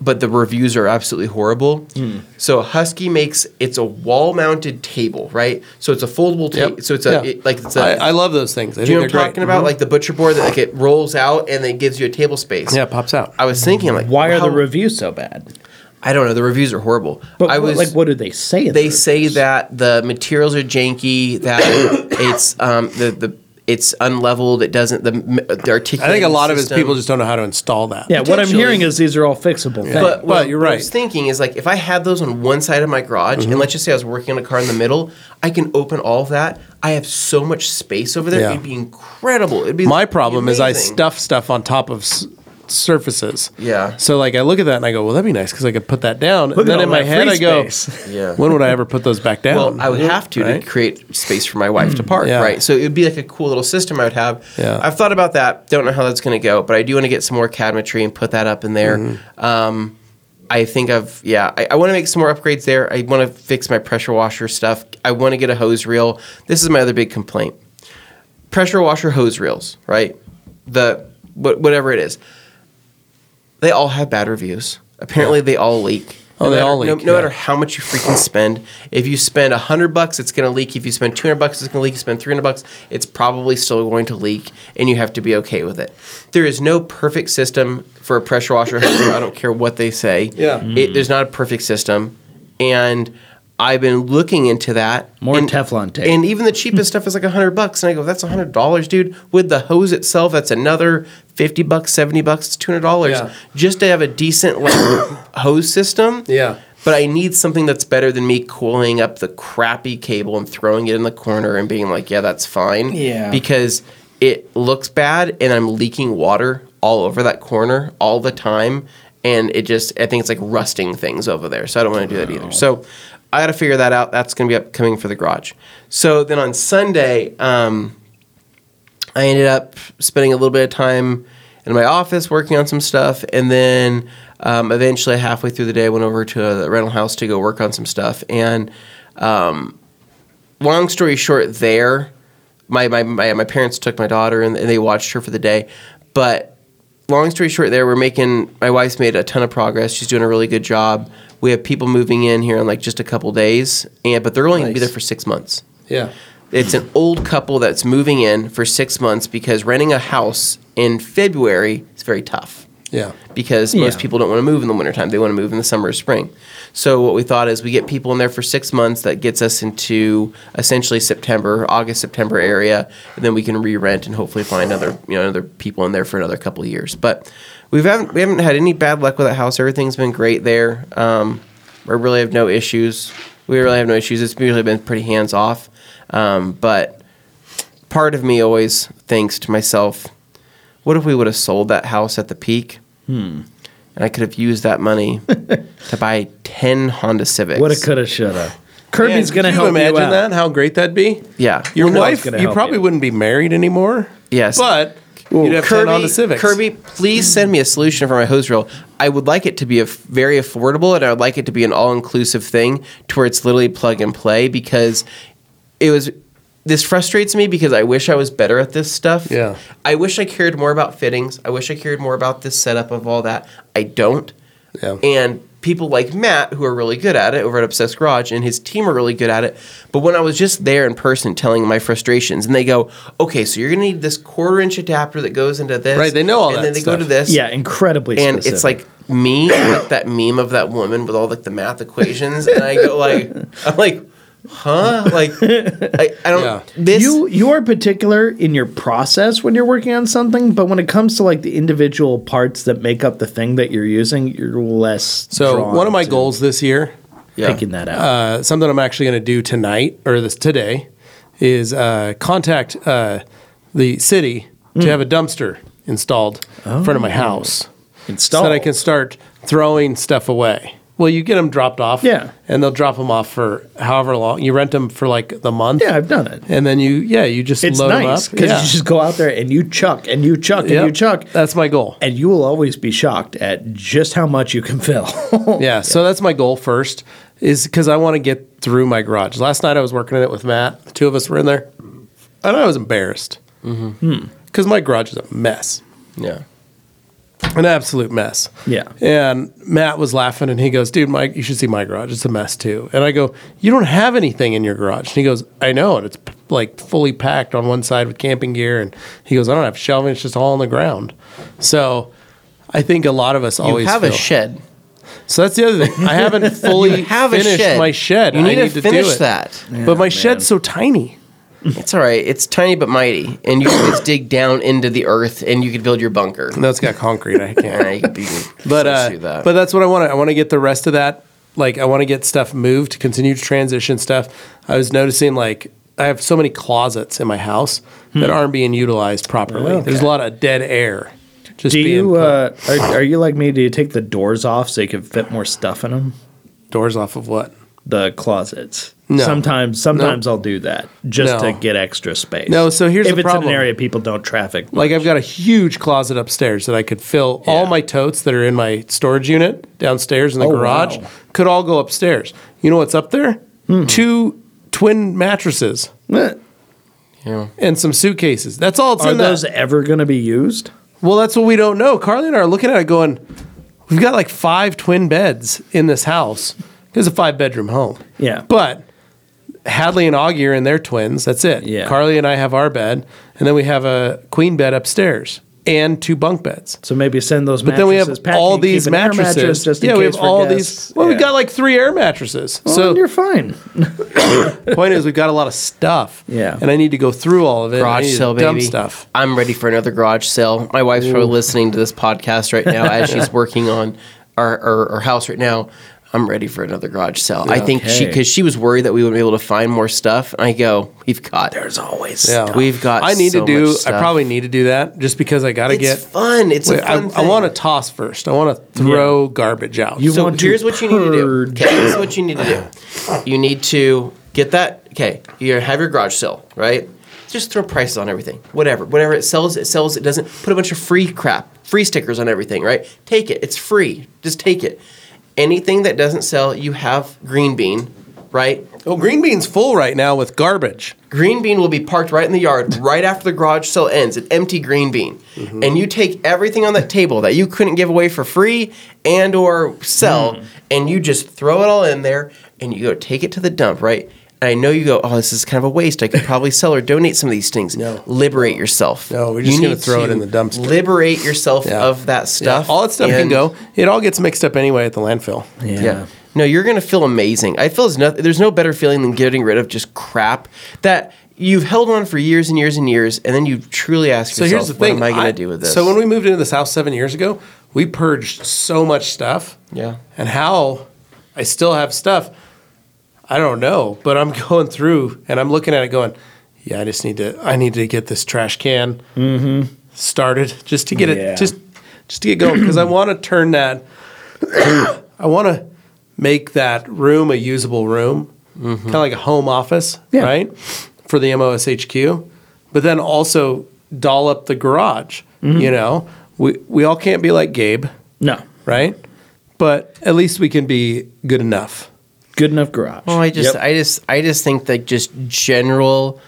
but the reviews are absolutely horrible.
Hmm.
So Husky makes it's a wall-mounted table, right? So it's a foldable table.
Yep.
So it's a
Yeah.
it- like it's a.
I, I love those things. I
do you know what
think
I'm
they're
talking
great. Mm-hmm.
about? Like the butcher board that like it rolls out and then gives you a table space.
Yeah, it pops out.
I was thinking like
Why are the
how-
reviews so bad?
I don't know. The reviews are horrible.
But
I
what-
was
like, what do they say? in the
they
reviews?
say that the materials are janky. That it's um the the it's unleveled. It doesn't the the
I think a lot of it's
system-
people just don't know how to install that.
Yeah, what I'm
potentially-
hearing is these are all fixable things.
But, what
But you're
what I
right. Mm-hmm.
was thinking is like if I had those on one side of my garage, and let's just say I was working on a car in the middle, I can open all of that. I have so much space over there;
Yeah.
it'd be incredible. It'd be
My problem is I
amazing.
stuff stuff on top of s- surfaces.
Yeah.
So like I look at that and I go, well, that'd be nice because I could put that down.
Look
and
at
then
all
in my
that
head
free
I go,
space.
Yeah.
when would I ever put those back down? Mm-hmm.
Well, I would have to
right? Mm,
to create space for my wife to park,
Yeah.
right? So it would be like a cool little system I would have.
Yeah.
I've thought about that. Don't know how that's going to go, but I do want to get some more cabinetry and put that up in there.
Mm-hmm.
Um, I think I've yeah. I, I want to make some more upgrades there. I want to fix my pressure washer stuff. I want to get a hose reel. This is my other big complaint: pressure washer hose reels, right? The wha- whatever it is, they all have bad reviews. Apparently, they all leak.
Oh,
No
they
matter-
all leak,
No, no
yeah.
matter how much you freaking spend. If you spend hundred bucks, it's gonna leak. If you spend two hundred bucks, it's gonna leak. If you spend three hundred bucks, it's probably still going to leak, and you have to be okay with it. There is no perfect system for a pressure washer. hose. I don't care what they say.
Yeah.
It, there's not a perfect system, and I've been looking into that.
More
and,
Teflon tape.
And even the cheapest stuff is like hundred bucks, and I go, "That's hundred dollars, dude." With the hose itself, that's another fifty bucks, seventy bucks, two hundred dollars
Yeah.
just to have a decent like hose system.
Yeah.
But I need something that's better than me coiling up the crappy cable and throwing it in the corner and being like, yeah, that's fine.
Yeah.
Because it looks bad and I'm leaking water all over that corner all the time. And it just, I think it's like rusting things over there. So I don't want to do that either. So I got to figure that out. That's going to be upcoming for the garage. So then on Sunday, um, I ended up spending a little bit of time in my office working on some stuff, and then um, eventually, halfway through the day, I went over to the rental house to go work on some stuff. And um, long story short, there, my my, my, my parents took my daughter and, and they watched her for the day. But long story short, there we're making. My wife's made a ton of progress. She's doing a really good job. We have people moving in here in like just a couple days, and but they're only going to be
Nice.
there for six months.
Yeah.
It's an old couple that's moving in for six months because renting a house in February is very tough
Yeah.
because
Yeah.
most people don't want to move in the wintertime. They want to move in the summer or spring. So what we thought is we get people in there for six months. That gets us into essentially September, August, September area, and then we can re-rent and hopefully find other you know other people in there for another couple of years. But we haven't we haven't had any bad luck with that house. Everything's been great there. Um, we really have no issues. We really have no issues. It's usually been pretty hands off. Um, but part of me always thinks to myself, what if we would have sold that house at the peak?
Hmm.
And I could have used that money to buy 10 Honda Civics.
What a coulda, shoulda. Kirby's
Man,
gonna
could
help
you imagine
you out.
that? How great that'd be?
Yeah.
Your
Well, no, it's
wife,
gonna
you
help
probably
you.
wouldn't be married anymore.
Yes.
But
Ooh,
you'd have Kirby,
Kirby,
on the Civics.
Kirby, please send me a solution for my hose reel. I would like it to be a f- very affordable, and I would like it to be an all-inclusive thing to where it's literally plug and play. Because it was this frustrates me because I wish I was better at this stuff.
Yeah.
I wish I cared more about fittings. I wish I cared more about this setup of all that. I don't.
Yeah.
And people like Matt, who are really good at it over at Obsessed Garage, and his team are really good at it. But when I was just there in person telling my frustrations, and they go, okay, so you're going to need this quarter inch adapter that goes into this.
Right, they know all
And
that
then they
stuff.
go to this.
Yeah, incredibly.
And
specific.
it's like me, like that meme of that woman with all like the math equations. And I go, like, I'm like, huh? Like, I, I don't.
Yeah.
This,
you you are particular in your process when you're working on something, but when it comes to like the individual parts that make up the thing that you're using, you're less.
So
drawn
one of my
to
goals this year,
Yeah.
picking that out.
uh, something I'm actually going to do tonight or this today, is uh, contact uh, the city to have a dumpster installed in
Oh.
front of my house, Uh, so
Install.
that I can start throwing stuff away. Well, you get them dropped off,
Yeah.
and they'll drop them off for however long you rent them for, like the month,
yeah, I've done it.
and then you, yeah, you just
It's
load
nice
them up.
because
Yeah.
you just go out there and you chuck and you chuck
Yep.
and you chuck,
That's my goal.
and you will always be shocked at just how much you can fill.
yeah, so that's my goal first is because I want to get through my garage. Last night I was working in it with Matt. The two of us were in there, and I was embarrassed because my garage is a mess,
Mm-hmm. Hmm. Yeah.
an absolute mess.
Yeah.
And Matt was laughing, and he goes, "Dude, Mike, you should see my garage. It's a mess too." And I go, "You don't have anything in your garage." And he goes, "I know, and it's p- like fully packed on one side with camping gear." And he goes, "I don't have shelving. It's just all on the ground." So. I think a lot of us
You
always
have a
feel-
shed.
so that's the other thing. I haven't fully
have a
finished
shed.
my shed.
You
I
need to
do
finish
it.
that.
but my shed's so tiny.
It's all right. It's tiny but mighty, and you can just dig down into the earth, and you could build your bunker.
No, it's got concrete. I
And I
can't.
could be,
but
let's
uh,
do that.
but that's what I want. to I want to get the rest of that. Like I want to get stuff moved to continue to transition stuff. I was noticing like I have so many closets in my house that aren't being utilized properly. There's a lot of dead air. Just
Do
being
you
put
uh, are, are you like me? Do you take the doors off so you can fit more stuff in them?
doors off of what?
the closets.
No.
Sometimes, sometimes I'll do that just to
No.
get extra space.
No, so here's
if
the
it's in
problem.
an area people don't traffic.
Like I've got a huge closet upstairs that I could fill all my totes that are in my storage unit downstairs in the
Oh,
garage
wow. Hmm.
could all go upstairs. You know what's up there? Two twin mattresses
Eh,
and some suitcases. That's all it's
Are
in that.
those ever going to be used?
Well, that's what we don't know. Carly and I are looking at it going, we've got like five twin beds in this house. It's a five bedroom home.
Yeah.
But Hadley and Augie are in their twins. That's it.
Yeah.
Carly and I have our bed, and then we have a queen bed upstairs and two bunk beds.
So maybe send those.
But then we have
packing,
all
keep
these
an air mattress
mattresses.
just in
yeah, we
case
have
for
all
guests.
these. Well,
Yeah.
we've got like three air mattresses.
Well, then
so
you're fine.
the point is, we've got a lot of stuff.
Yeah.
and I need to go through all of it. and I
garage
need to
sale, baby.
dump stuff.
I'm ready for another garage sale. My wife's probably listening to this podcast right now as she's working on our, our, our house right now. I'm ready for another garage sale. I think she
Okay.
because she was worried that we wouldn't be able to find more stuff. And I go, we've got
There's always.
Yeah,
We've got
I need
so
to do.
much
I
stuff.
probably need to do that just because I got to
It's
get.
fun. It's
Wait,
a fun
I,
thing.
want to toss first. I want to throw garbage out.
You
So
want to
here's what you need to do.
purge.
Okay, here's what you need to do. You need to get that. Okay, you have your garage sale, right? Just throw prices on everything. Whatever, whatever it sells, it sells. It doesn't. Put a bunch of free crap, free stickers on everything, right? Take it. It's free. Just take it. Anything that doesn't sell, you have green bean, right?
oh, green bean's full right now with garbage.
Green bean will be parked right in the yard right after the garage sale ends, an empty green bean.
Mm-hmm.
And you take everything on that table that you couldn't give away for free and or sell
Mm-hmm.
and you just throw it all in there and you go take it to the dump, right? And I know you go, "Oh, this is kind of a waste. I could probably sell or donate some of these things."
No.
Liberate yourself.
No, we're just
You
gonna
need
throw it
to
in the dumpster.
Liberate yourself
Yeah.
of that stuff.
All that stuff can
and-
go. It all gets mixed up anyway at the landfill.
Yeah.
yeah. No, you're gonna feel amazing. I feel there's no, there's no better feeling than getting rid of just crap that you've held on for years and years and years, and then you truly ask
So
yourself,
here's the thing.
"What am I gonna do with this?"
So when we moved into this house seven years ago, we purged so much stuff.
Yeah.
And how I still have stuff, I don't know. But I'm going
Mm-hmm.
through and I'm looking at it, going, "Yeah, I just need to. I need to get this trash can started just to get
Yeah.
it just just to get going because I want to turn that. I want to make that room a usable room, kind of like a home office,
Yeah.
right? For the MOSHQ, but then also doll up the garage.
Mm-hmm.
You know, we we all can't be like Gabe,
No,
right? But at least we can be good enough.
good enough garage.
Well, I just,
Yep.
I just, I just think that just general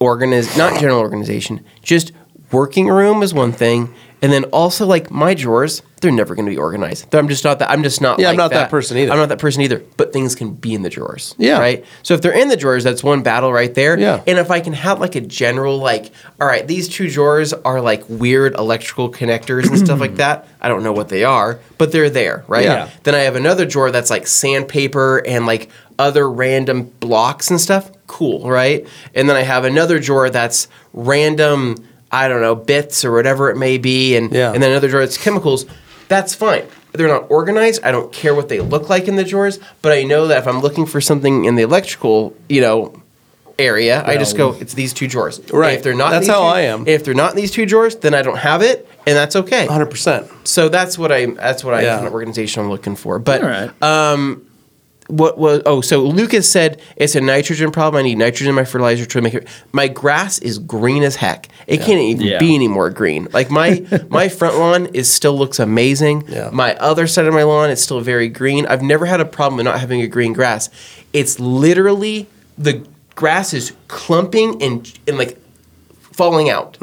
organiz, not general organization, just working room is one thing, and then also like my drawers, they're never going to be organized. They're- I'm just not that. I'm just not.
Yeah, I'm
like
not that person either.
I'm not that person either. But things can be in the drawers.
Yeah.
Right. So if they're in the drawers, that's one battle right there.
Yeah.
And if I can have like a general like, all right, these two drawers are like weird electrical connectors and stuff like that. I don't know what they are, but they're there, right?
Yeah.
Then I have another drawer that's like sandpaper and like other random blocks and stuff. Cool, right? And then I have another drawer that's random, I don't know, bits or whatever it may be, and
Yeah.
and then another drawer that's chemicals. That's fine. They're not organized. I don't care what they look like in the drawers, but I know that if I'm looking for something in the electrical, you know, area, I just go, it's these two drawers. And
Right.
If they're not in
That's
these
how
two-
I am.
If they're not in these two drawers, then I don't have it, and that's okay.
Hundred percent.
So that's what I that's what I
Yeah.
kind of organization I'm looking for. But
All right.
uh, what was oh so Lucas said it's a nitrogen problem. I need nitrogen in my fertilizer to make it. My grass is green as heck. It can't even
Yeah.
be any more green. Like my my front lawn is still looks amazing.
Yeah.
My other side of my lawn is still very green. I've never had a problem with not having a green grass. It's literally the grass is clumping and and like falling out.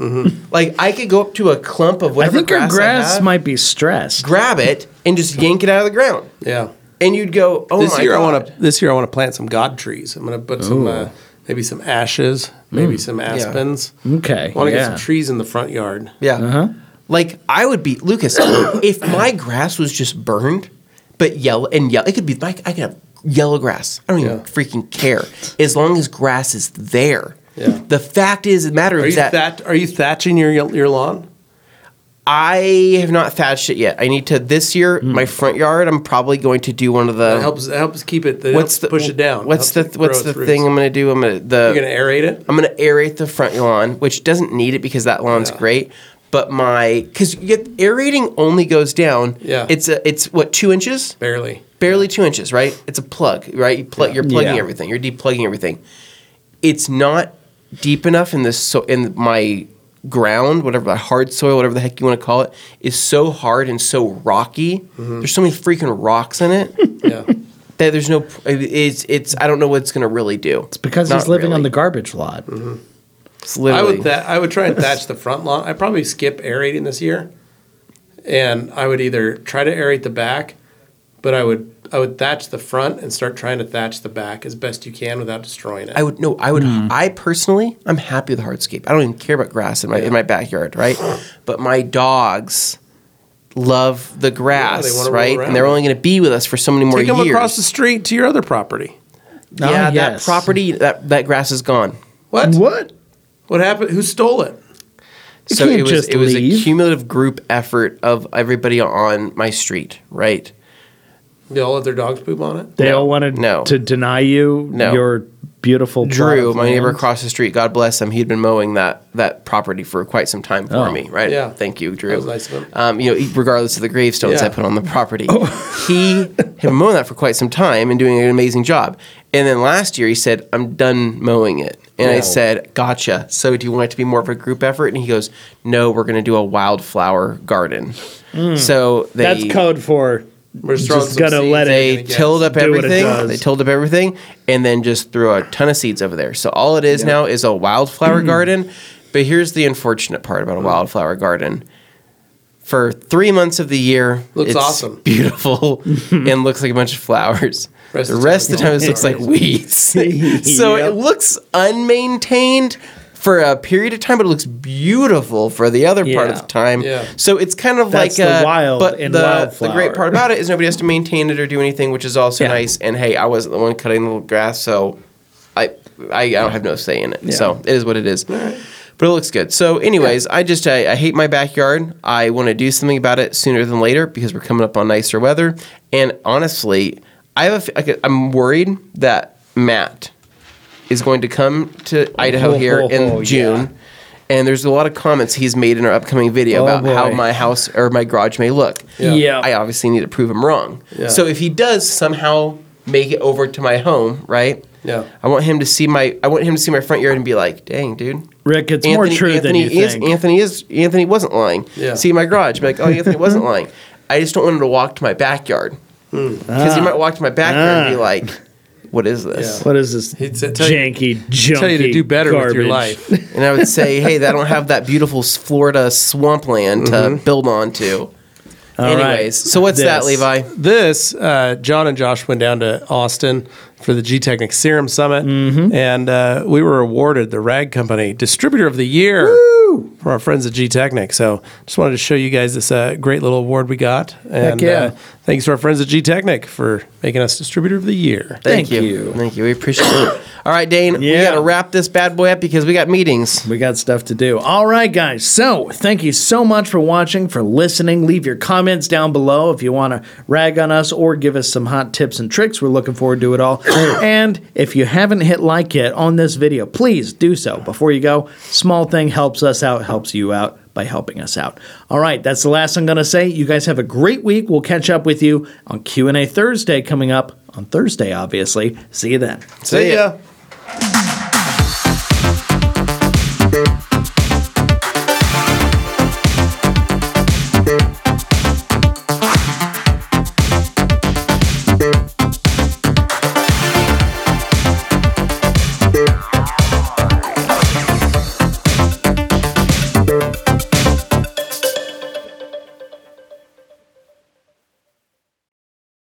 Like I could go up to a clump of
Mm-hmm. I
whatever
think your
grass, I
grass
have,
might be stressed.
grab it and just yank it out of the ground.
Yeah.
And you'd go, oh
this
my
year
god!
I want to. This year I want to plant some god trees. I'm going to put some uh, maybe some ashes, maybe
Mm,
some aspens.
okay.
I want to
yeah.
get some trees in the front yard.
Yeah. Like I would be Lucas if my grass was just burned, but yellow and yellow. It could be like I could have yellow grass. I don't even
Yeah.
freaking care as long as grass is there.
Yeah.
The fact is, the matter
Are
is
you
that,
that, Are you thatching your your lawn?
I have not thatched it yet. I need to this year. My front yard. I'm probably going to do one of the.
It helps. It helps keep it. It
Oh. what's
what's
the
helps push it down.
What's the
Helps it grow
What's the
its roots.
thing I'm going to do? I'm going to the.
You're going to aerate it.
I'm gonna aerate the front lawn, which doesn't need it because that lawn's
Yeah.
great. But my because aerating only goes down.
Yeah.
It's a it's what two inches,
Barely.
barely two inches, right? It's a plug, right? You plug, you're plugging
Yeah.
everything. You're deplugging everything. It's not deep enough in this so in my ground, whatever the hard soil, whatever the heck you want to call it, is so hard and so rocky.
Mm-hmm.
There's so many freaking rocks in it.
Yeah.
That there's no, it's it's. I don't know what it's gonna really do.
It's because he's living on the garbage lot.
Mm-hmm. I would that I would try and thatch the front lawn. I probably skip aerating this year, and I would either try to aerate the back, but I would I would thatch the front and start trying to thatch the back as best you can without destroying it.
I would no. I would.
Mm-hmm.
I personally, I'm happy with hardscape. I don't even care about grass in my in my backyard, right? But my dogs love the grass,
wanna roll
right?
around.
And they're only going to be with us for so many more
Take them
years.
across the street to your other property.
Ah,
yeah, that
yes.
property, that that grass is gone.
What?
What?
What happened? Who stole it?
You
so
can't
it was
just
it was a
leave.
cumulative group effort of everybody on my street, right?
They all let their dogs poop on it.
They all wanted
no.
to deny you
No.
your beautiful plot
Drew,
of
my neighbor
land.
across the street, God bless him, he had been mowing that that property for quite some time for
Oh.
me, right?
Yeah.
Thank you, Drew.
That was nice of him.
Um, you know, regardless of the gravestones
Yeah.
I put on the property,
Oh.
he had been mowing that for quite some time and doing an amazing job. And then last year he said, "I'm done mowing it," and I
Wow.
said, "Gotcha." So do you want it to be more of a group effort? And he goes, "No, we're going to do a wildflower garden." So they
Hmm. That's code for
We're just
just gonna let it.
they
Anything, yeah.
tilled up
Do what it
everything.
does.
They tilled up everything, and then just threw a ton of seeds over there. So all it is now is a wildflower garden. But here's the unfortunate part
Mm.
about a wildflower garden. For three months of the year,
Looks
it's
awesome.
beautiful, and looks like a bunch of flowers.
Rest
the
of the
rest of the
time
time, it
it's
looks like
flowers.
weeds. so
Yep.
it looks unmaintained for a period of time, but it looks beautiful for the other part of
Yeah.
the time.
Yeah.
So it's kind of
That's
like
the
uh,
wild
but
in
the, the
wildflower.
great part about it is nobody has to maintain it or do anything, which is also
Yeah.
nice. And hey, I wasn't the one cutting the grass, so I I, I don't have no say in it. So it is what it is. But it looks good. So, anyways, I just I, I hate my backyard. I want to do something about it sooner than later because we're coming up on nicer weather. And honestly, I have a f- like, I'm worried that Matt is going to come to Idaho here
Oh,
in June And there's a lot of comments he's made in our upcoming video
Oh,
about how
boy.
my house or my garage may look.
Yeah. Yeah.
I obviously need to prove him wrong.
Yeah.
So if he does somehow make it over to my home, right?
Yeah.
I want him to see my I want him to see my front yard and be like, dang, dude.
Rick, it's more true
Anthony
than you
is,
think.
Anthony is Anthony wasn't lying.
Yeah.
See my garage, be like, oh, Anthony wasn't lying. I just don't want him to walk to my backyard because he might walk to my backyard and be
Hmm. Ah.
like, what is this?
What is this
He'd say- tell you-
janky, junky
Tell you to do better
garbage.
with your life.
And I would say, hey, I don't have that beautiful s- Florida swampland to build onto. Anyways,
Mm-hmm. right.
so what's that,
This.
Levi?
this uh, John and Josh went down to Austin for the G Technic Serum Summit, and uh, we were awarded the Rag Company Distributor of the Year for our friends at G Technic. So just wanted to show you guys this uh, great little award we got, and
yeah.
uh, thanks to our friends at G Technic for making us Distributor of the Year.
Thank you.
Thank you. We appreciate it. All right, Dane, we
Yeah.
got to wrap this bad boy up because we got meetings.
We got stuff to do. All right, guys. So, thank you so much for watching, for listening. Leave your comments down below if you want to rag on us or give us some hot tips and tricks. We're looking forward to it all. and if you haven't hit like yet on this video, please do so. Before you go, small thing helps us out, helps you out by helping us out. All right, that's the last I'm going to say. You guys have a great week. We'll catch up with you on Q&A Thursday coming up on Thursday, obviously. See you then.
See ya.